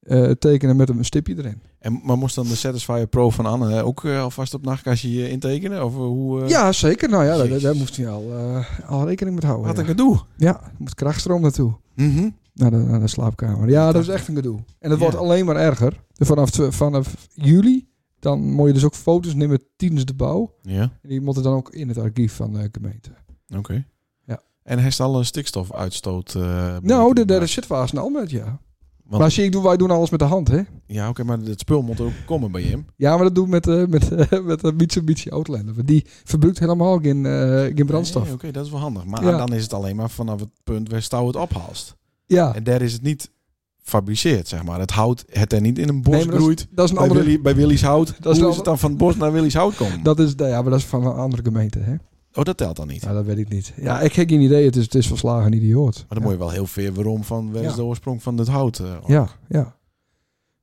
S1: eh, tekenen met een stipje erin.
S2: En, maar moest dan de Satisfyer Pro van Anne eh, ook eh, alvast op nachtkastje eh, intekenen? Of eh, hoe... eh,
S1: ja, zeker. Nou ja, daar,
S2: Jezus.
S1: daar moest hij al, eh, al rekening mee houden.
S2: Wat
S1: ja.
S2: een gedoe.
S1: Ja, er moet krachtstroom naartoe.
S2: Mhm.
S1: Naar de, naar de slaapkamer. Ja, dat is echt een gedoe. En dat
S2: Ja.
S1: wordt alleen maar erger. Vanaf, tw- vanaf juli, dan moet je dus ook foto's nemen tijdens de bouw.
S2: Ja,
S1: En die moeten dan ook in het archief van de gemeente.
S2: oké.
S1: Ja.
S2: En hij is al een stikstofuitstoot... eh,
S1: nou,
S2: berekening
S1: daar- daar
S2: gemaakt.
S1: zit wel eens een al met, ja.
S2: Want-
S1: Maar zie ik, doe, wij doen alles met de hand, hè?
S2: Ja, oké, maar het spul moet er ook komen bij hem.
S1: Ja, maar dat doen we met, eh, met, eh, met de Mitsubishi Outlander. Want die verbruikt helemaal geen, eh, geen brandstof.
S2: Nee, Oké, dat is wel handig. Maar
S1: Ja.
S2: dan is het alleen maar vanaf het punt waar Stouw het ophaalt.
S1: Ja,
S2: En daar is het niet fabriceerd, zeg maar. Het hout, het er niet in een bos
S1: Nee, maar dat is-
S2: groeit.
S1: dat is een
S2: Bij,
S1: andere...
S2: Willy, bij Willy's Hout.
S1: Dat is
S2: Hoe
S1: een
S2: is het dan van het bos naar Willy's Hout komen?
S1: Dat is, nou ja, maar dat is van een andere gemeente, hè?
S2: oh, dat telt dan niet.
S1: Ja, dat weet ik niet. Ja, ik heb geen idee. Het is, het is verslagen idioot.
S2: Maar dan moet je wel heel veel waarom van waar is
S1: Ja.
S2: de oorsprong van dit hout? eh, ook.
S1: Ja, ja.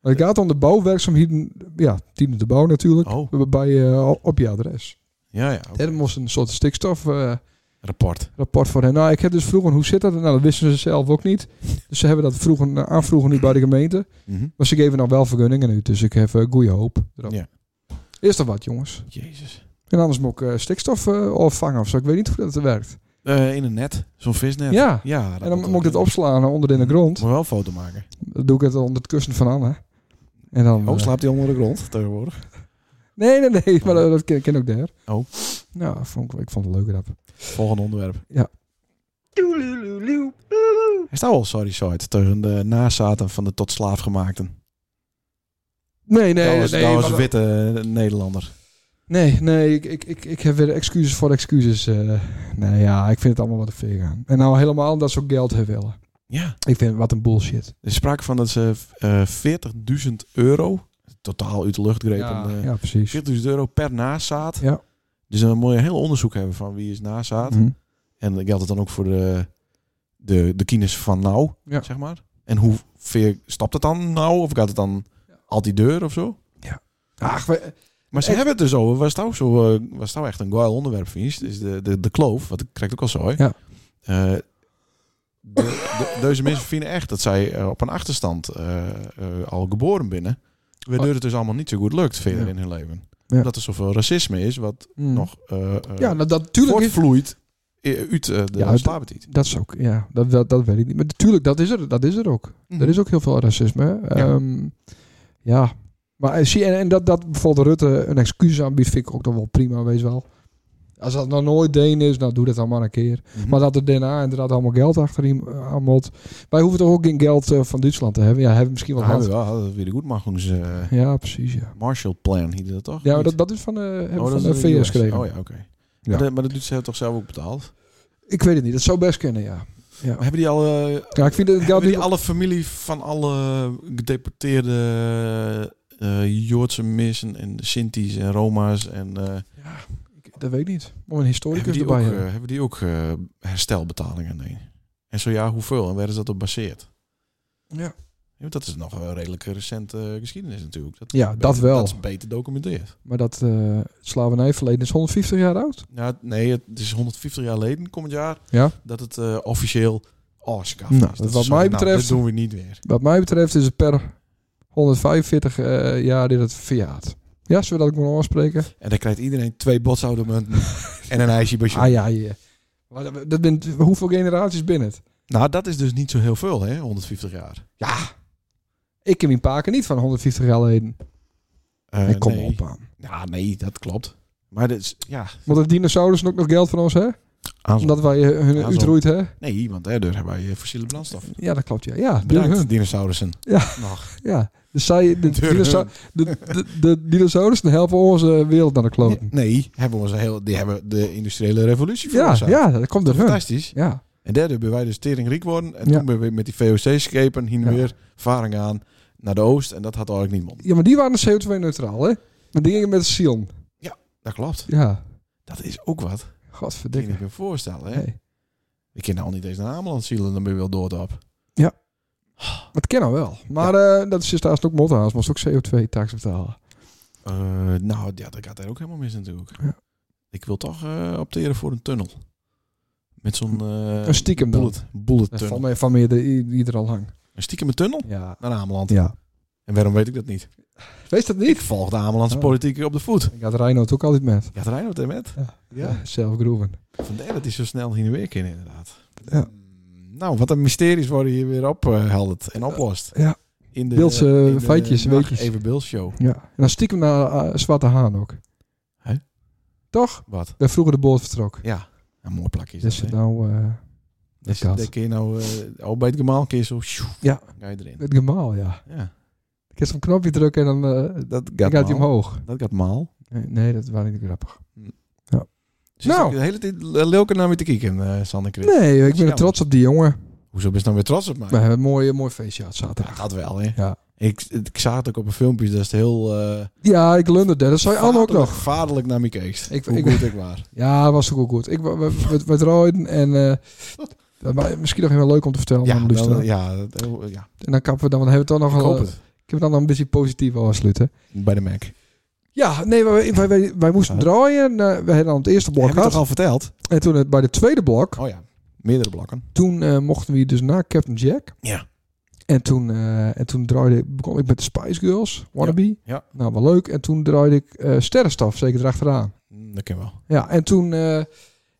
S1: Maar het gaat om de bouwwerkzaamheden. Ja, team de bouw natuurlijk.
S2: Oh,
S1: Bij, eh, op je adres.
S2: ja, ja. oké.
S1: En er moest een soort stikstofrapport
S2: Rapport.
S1: voor hen. Nou, ik heb dus vroeger, hoe zit dat? Nou, dat wisten ze zelf ook niet. Dus ze hebben dat vroeger, eh, aanvroegen nu bij de gemeente.
S2: Mhm.
S1: Maar ze geven nou wel vergunningen nu. Dus ik heb eh, goede hoop. erop.
S2: Ja.
S1: Is dat wat, jongens?
S2: Jezus.
S1: En anders moet ik eh, stikstof eh, opvangen of zo. Ik weet niet hoe dat werkt.
S2: Eh, in een net. Zo'n visnet.
S1: Ja.
S2: ja dat Hmm.
S1: En dan
S2: moet
S1: moet ik
S2: ook.
S1: dat opslaan eh, onder in de grond.
S2: Moet wel een foto maken.
S1: Dan doe ik het onder het kussen van Anne. En dan...
S2: Oh,
S1: eh,
S2: slaapt hij onder de grond tegenwoordig?
S1: Nee, nee, nee. Maar dat, dat ken, ken ook daar.
S2: Oh.
S1: Nou, vond ik, ik vond het leuk dat.
S2: Volgende onderwerp.
S3: Toedeloeloe, toedeloe.
S2: Hij staat wel sorry site tegen de nazaten van de tot slaaf gemaakten.
S1: Nee, nee,
S2: dat was,
S1: nee.
S2: dat was
S1: maar
S2: een witte Nederlander.
S1: Nee, nee, ik, ik, ik, ik heb weer excuses voor excuses. eh. nee, ja, ik vind het allemaal wat te ver gaan. En nou helemaal omdat ze ook geld hebben willen.
S2: Ja.
S1: Ik vind het wat een bullshit.
S2: Er is sprake van dat ze eh 40.000 euro, totaal uit de lucht grepen,
S1: ja,
S2: eh,
S1: ja, precies.
S2: 40.000 euro per nazaat.
S1: Ja.
S2: Dus dan moet je een heel onderzoek hebben van wie is nazaat.
S1: Mhm.
S2: En dan geldt het dan ook voor de, de, de kines van nou,
S1: Ja.
S2: zeg maar. En hoe ver stapt het dan nou? Of gaat het dan al die deur of zo?
S1: Ach, we-
S2: Maar ze
S1: Echt?
S2: hebben het dus over, was het ook zo, eh, was het ook echt een geil onderwerp, vies. Dus de, de, de kloof, wat ik krijg ook al zo. hè.
S1: Ja.
S2: Eh, de, de, deze mensen vinden echt dat zij eh, op een achterstand eh, eh, al geboren binnen. Waardoor het dus allemaal niet zo goed lukt verder
S1: Oh. Ja.
S2: in hun leven.
S1: Ja.
S2: Dat er zoveel racisme is, wat
S1: mm.
S2: nog eh, eh,
S1: Ja, nou, dat, natuurlijk is,
S2: voortvloeit eh, uit eh, de
S1: Ja, uit-
S2: slaapappetit.
S1: Dat is ook, ja, dat, dat, dat weet ik niet. Maar natuurlijk, dat is er, Mhm. dat is er ook. Er is ook heel veel racisme. hè.
S2: Ja.
S1: Ehm, ja. Maar eh, zie, en, en dat, dat bijvoorbeeld Rutte een excuus aanbiedt, vind ik ook dan wel prima, wees wel. Als dat nog nooit Deen is, nou doe dat dan maar een keer.
S2: Mhm.
S1: Maar dat er daarna inderdaad allemaal geld achter hem eh, aan moet. Wij hoeven toch ook geen geld eh, van Duitsland te hebben? Ja, hebben we misschien wel
S2: Nou, hebben
S1: gehad.
S2: we wel, hadden we weer de goedmachings eh
S1: Ja, precies, ja.
S2: Marshall Plan, heette dat toch?
S1: Ja, maar
S2: Niet?
S1: dat, dat is van, eh hebben
S2: Oh,
S1: we van
S2: dat
S1: de
S2: is in de
S1: VS
S2: US.
S1: gekregen.
S2: Oh ja, oké.
S1: Ja.
S2: Maar, dat- maar dat doet ze toch zelf ook betaald?
S1: Ik weet het niet, dat zou best kunnen, ja.
S2: Maar hebben die al, eh,
S1: Ja, ik vind dat het geld
S2: hebben die
S1: nu-
S2: alle familie van alle gedeporteerde eh Joodse missen en Sinti's en Roma's en eh,
S1: Ja, ik- dat weet ik niet. Om een historicus
S2: hebben, die ook,
S1: erbij
S2: eh,
S1: hebben.
S2: hebben die ook eh, herstelbetalingen? Nee. En zo ja, hoeveel? En waar is dat op baseerd? eh,
S1: Ja.
S2: Ja, want Dat is nog een redelijke recente eh, geschiedenis natuurlijk. Dat is
S1: Ja, dat
S2: beter-
S1: wel.
S2: Dat is beter documenteerd.
S1: Maar dat eh, slavernijverleden is 150 jaar oud.
S2: Nou, het- nee, het is 150 jaar geleden, komend jaar,
S1: Ja.
S2: dat het eh, officieel afgeschaft
S1: Nou,
S2: is. Dat
S1: wat
S2: ze
S1: mij
S2: zeggen, nou,
S1: betreft-
S2: dit doen we niet weer.
S1: Wat mij betreft is het per 145 eh, jaar dit het verjaard. Ja, zullen we dat ook maar aanspreken?
S2: En dan krijgt iedereen twee botsautomenten en een ijsje bij
S1: Ah ja, ja. Maar dat- dat bent, hoeveel generaties binnen het?
S2: Nou, dat is dus niet zo heel veel, hè? 150 jaar.
S1: Ik ken mijn paken niet van 150 jaar geleden.
S2: Eh,
S1: ik kom
S2: nee.
S1: op aan.
S2: Ja, nee, dat klopt. Maar dat is, ja.
S1: Want de dinosaurussen ook nog geld van ons, hè? Omdat wij eh, hun
S2: Ja, zo.
S1: uitroeit, hè?
S2: Nee, want hè, daar hebben wij eh, fossiele brandstof.
S1: Ja, dat klopt, ja. Ja, door
S2: Bedankt,
S1: hun.
S2: dinosaurussen.
S1: Ja.
S2: Nog.
S1: Ja. Dus zij, de,
S2: Door hun.
S1: dinosa- de, de, de dinosaurussen helpen onze wereld naar de kloten.
S2: Nee, hebben we onze heel, die hebben de industriële revolutie
S1: Ja,
S2: veroorzaakt.
S1: ja, dat komt door hun.
S2: Fantastisch.
S1: Ja.
S2: En daardoor hebben wij dus tering riek worden. En
S1: Ja.
S2: toen ben we met die VOC-schepen hier
S1: Ja.
S2: weer varing aan naar de oost. En dat had eigenlijk niemand.
S1: ja, maar die waren dus CO2-neutraal, hè? Maar die gingen met de Sion.
S2: Dat klopt.
S1: Ja.
S2: Dat is ook wat. Dat kan
S1: Godverdikke.
S2: je me voorstellen, hè?
S1: Nee.
S2: Ik ken nou niet eens naar Ameland zielen, dan ben je wel dood op.
S1: Dat kan nou wel. Maar eh, dat is dus daar ook mothaas, maar ook CO2-tax betalen.
S2: Eh, nou, ja, dat gaat er ook helemaal mis natuurlijk.
S1: Ja.
S2: Ik wil toch eh, opteren voor een tunnel. Met zo'n... eh
S1: een stiekem dan.
S2: bullet, bullet
S1: Dat is
S2: tunnel.
S1: van mij van meer de, i- die er al hangt.
S2: Een stiekem een tunnel
S1: Ja.
S2: naar Ameland.
S1: ja.
S2: En waarom weet ik dat niet?
S1: Weet dat
S2: Ik
S1: niet?
S2: volg de Amelandse
S1: Oh.
S2: politiek op de voet.
S1: Ik had Reinoud ook altijd met.
S2: Ja, het rijden we met.
S1: Ja.
S2: Ja.
S1: Zelf groeven.
S2: Vandaar dat hij zo snel hier weer kan inderdaad.
S1: Ja.
S2: Mm, Nou, wat een mysteries worden hier weer opgehelderd en oplost.
S1: Ja.
S2: In de,
S1: Beeldse eh,
S2: in de
S1: feitjes,
S2: Nacht
S1: weetjes.
S2: Even Beels show.
S1: Ja. En dan stiekem naar eh, Zwarte Haan ook.
S2: Hè?
S1: Toch?
S2: Wat?
S1: Daar vroeger de boot vertrok.
S2: Ja. Een mooi plakje is
S1: Dus
S2: dat,
S1: het
S2: hè?
S1: nou eh,
S2: Dus
S1: kat.
S2: daar kun je nou eh, al bij het gemaal kun je zo... sjoe,
S1: Ja.
S2: Ga je erin.
S1: het gemaal, ja.
S2: Ja.
S1: Ik heb zo'n knopje drukken en dan, eh,
S2: Dat
S1: dan gaat hij omhoog.
S2: Dat gaat maal.
S1: Nee, nee, dat was niet grappig. Nou.
S2: nou. De hele tijd Lilke naar me te kijken, eh Sanne Chris.
S1: Nee, ik
S2: is
S1: ben
S2: jammer.
S1: trots op die jongen.
S2: Hoezo ben je nou weer trots op mij?
S1: We hebben een mooi, mooi feestje gehad
S2: Ja,
S1: zaterdag.
S2: dat wel, hè.
S1: Ja.
S2: Ik, ik zag het ook op een filmpje, dat is heel... eh
S1: Ja, ik lunderde. Dat zou je allemaal ook nog.
S2: vaderlijk- Vaderlijk naar me keek.
S1: Ik-
S2: Ik, Hoe
S1: ik-
S2: goed ik waar.
S1: Ja, was ook wel goed. Ik, we, we, we- we draaiden en eh, dat wa- misschien nog even leuk om te vertellen.
S2: Ja,
S1: aan de
S2: dan,
S1: luisteraar.
S2: ja, dat- heel- ja.
S1: En dan kappen we dan, want hebben we toch nog
S2: ik hoop
S1: een,
S2: het.
S1: ik heb dan nog een beetje positief wil afsluiten.
S2: Bij de Mac.
S1: Ja, nee, wij, wij, wij, wij moesten
S2: Ja.
S1: draaien. Eh, we hadden dan het eerste blok
S2: Heb je
S1: gehad.
S2: toch al verteld?
S1: En toen het, bij de tweede blok,
S2: Oh ja, meerdere blokken.
S1: toen eh, mochten we dus naar Captain Jack.
S2: Ja.
S1: En toen, eh, en toen draaide, begon ik met de Spice Girls, Wannabe.
S2: ja.
S1: Nou, wel leuk. En toen draaide ik eh Sterrenstaf, zeker erachteraan.
S2: Mm, Dat ken wel.
S1: Ja, en toen... eh,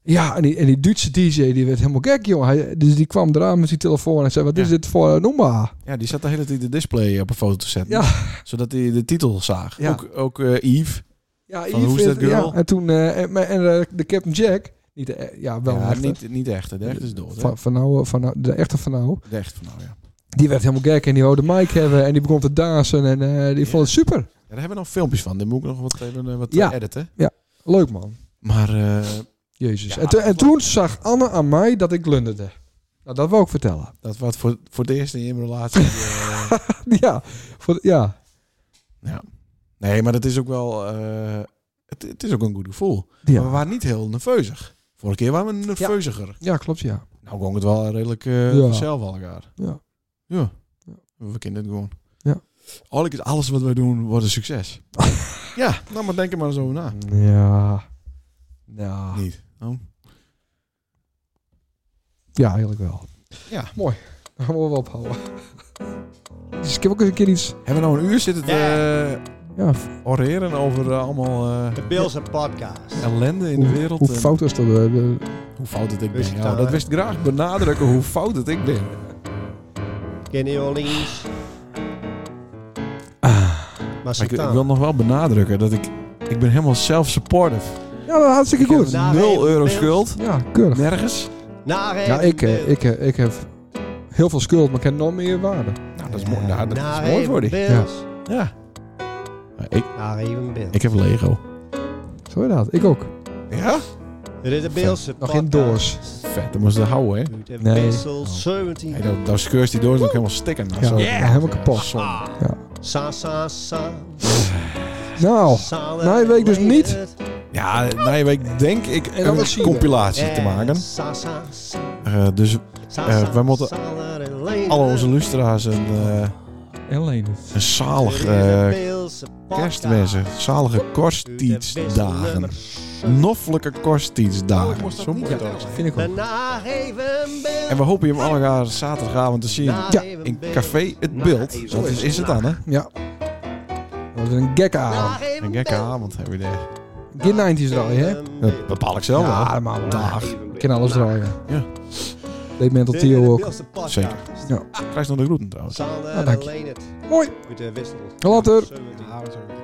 S1: ja, en die, en die Duitse DJ, die werd helemaal gek, jongen. Hij, dus die kwam eraan met zijn telefoon en zei, wat is
S2: Ja.
S1: dit voor eh, nummer?
S2: Ja, die zat de hele tijd de display op een foto te zetten.
S1: Ja.
S2: Zodat hij de titel zag.
S1: Ja.
S2: Ook, ook eh, Yves.
S1: Ja,
S2: Van, hoe is
S1: vindt-
S2: dat girl?
S1: Ja, en toen... eh, en maar- en eh, de Captain Jack, niet de, e- ja, wel
S2: ja,
S1: echt,
S2: niet, niet echt. hè. De echte is dood. hè.
S1: van, van nou, eh, van nou, de echte van nou.
S2: De echte van nou, ja.
S1: Die werd helemaal gek en die wou de mic hebben en die begon te dansen en eh, die vond het super.
S2: daar hebben we nog filmpjes van. Daar moet ik nog wat even eh, wat
S1: Ja.
S2: eh, editen.
S1: Leuk man.
S2: Maar eh,
S1: Jezus.
S2: Ja,
S1: en, toen-
S2: dat
S1: en
S2: was-
S1: toen zag Anne aan mij dat ik glunderde. Nou, dat wou ik vertellen.
S2: dat was voor, voor het eerst in mijn relatie. eh,
S1: ja. Voor, ja.
S2: nee, maar dat is ook wel... eh, het, het is ook een goed gevoel. Maar we
S1: Ja.
S2: waren niet heel nerveuzig. Vorige keer waren we nerveuziger.
S1: ja, klopt ja.
S2: Nou ging het wel redelijk eh
S1: Ja.
S2: vanzelf al elkaar.
S1: Ja.
S2: Ja.
S1: Ja.
S2: We kennen het gewoon.
S1: Ja.
S2: Eigenlijk is alles wat wij doen wordt een succes. ja, nou maar denk er maar zo over na.
S1: Ja. Ja.
S2: Niet. Oh.
S1: Ja, eigenlijk wel.
S2: Ja.
S1: Mooi. Dan gaan we wel ophouden. Dus ik heb ook eens een keer iets...
S2: Hebben we nou een uur zitten te
S1: Ja,
S2: eh, oreren over eh, allemaal eh,
S3: De Bilse podcast.
S2: ellende in de
S1: hoe-
S2: wereld?
S1: Hoe
S2: en
S1: fout is dat? eh, de-
S2: hoe fout het ik
S3: Wist
S2: ben.
S3: je
S2: Ja,
S3: dat?
S2: dat wist ik graag benadrukken hoe fout het ik ben.
S3: Kenny Orleans. Maar
S2: Ah. Maar ik, ik
S3: Satan.
S2: wil nog wel benadrukken dat ik... Ik ben helemaal self-supportive.
S1: Ja, dat is hartstikke
S3: Ik heb
S1: goed.
S3: het daar even
S2: 0 euro
S3: beeld.
S2: schuld.
S1: Ja, keurig.
S2: Nergens.
S3: Naar even
S1: Ja, ik, eh,
S3: beeld.
S1: ik, eh, ik heb heel veel schuld, maar ik heb nog meer waarde.
S2: Nou, dat is mooi.
S3: Ja,
S2: Nou, dat is
S3: naar
S2: mooi
S3: even
S2: voor die.
S3: beeld.
S2: Ja. Maar Ik,
S3: Naar even beeld.
S2: ik heb Lego.
S1: Zo inderdaad, ik ook.
S2: Ja?
S3: Dit is de Bilse
S1: Nog
S3: podcast.
S1: in doors.
S2: Vet, dat moest je houden, hè?
S3: Uit de
S1: Nee.
S3: Wissel
S2: Oh.
S3: 17.
S2: Hey, dat, dat scheurt die doos nog helemaal stikken.
S1: Ja,
S2: Zo.
S1: ja, helemaal kapot.
S2: zonde.
S3: Sa, sa, sa.
S2: Oh,
S1: Nou,
S3: Sa-
S1: nee, weet ik dus niet.
S2: Ja, nee, maar ik denk ik
S1: En dan wat
S2: een
S1: zien we.
S2: compilatie te maken.
S3: Sa, sa, sa.
S2: Eh, dus
S3: Sa,
S2: Eh,
S3: sa,
S2: wij moeten
S3: sa- la- la- la-
S2: alle onze lustra's een, eh,
S1: en
S2: een zalig
S3: Dit is de
S2: eh
S3: Bilse podcast.
S2: kerstwensen. Zalige
S3: Uit de Wissel
S2: korstietsdagen.
S3: nummer
S2: Noffelijke
S3: Oh,
S1: Oh,
S2: korstietsdagen. Zo moet
S1: Ja,
S2: het ook.
S1: vind ik ook.
S3: Daarna even beeld.
S2: En we hopen je hem alle graag zaterdagavond te zien
S3: Naar
S1: ja,
S3: even
S2: in
S3: beeld.
S2: Café Het
S3: Naar
S2: Beeld.
S3: even
S2: Dat is,
S3: beeld.
S2: is het dan, hè?
S1: Ja. Dat is een gekke avond.
S3: Naar even
S2: Een gekke
S3: beeld.
S2: avond hebben we daar.
S1: Geen 90s draaien, hè?
S2: Dat bepaal ik zelf wel.
S1: Ja, man.
S2: Dag.
S1: Ik kan alles draaien.
S2: Ja.
S1: Deed Mental
S3: Dit is de
S1: Theo ook.
S3: Bilse podcast. eh,
S2: Zeker.
S1: Ja.
S2: Krijg je nog de groeten trouwens.
S3: Sander
S1: dank je.
S3: alleen het
S1: Mooi.
S3: uit de wissel.
S1: Later.
S3: 17.
S2: Ja, dat is ook.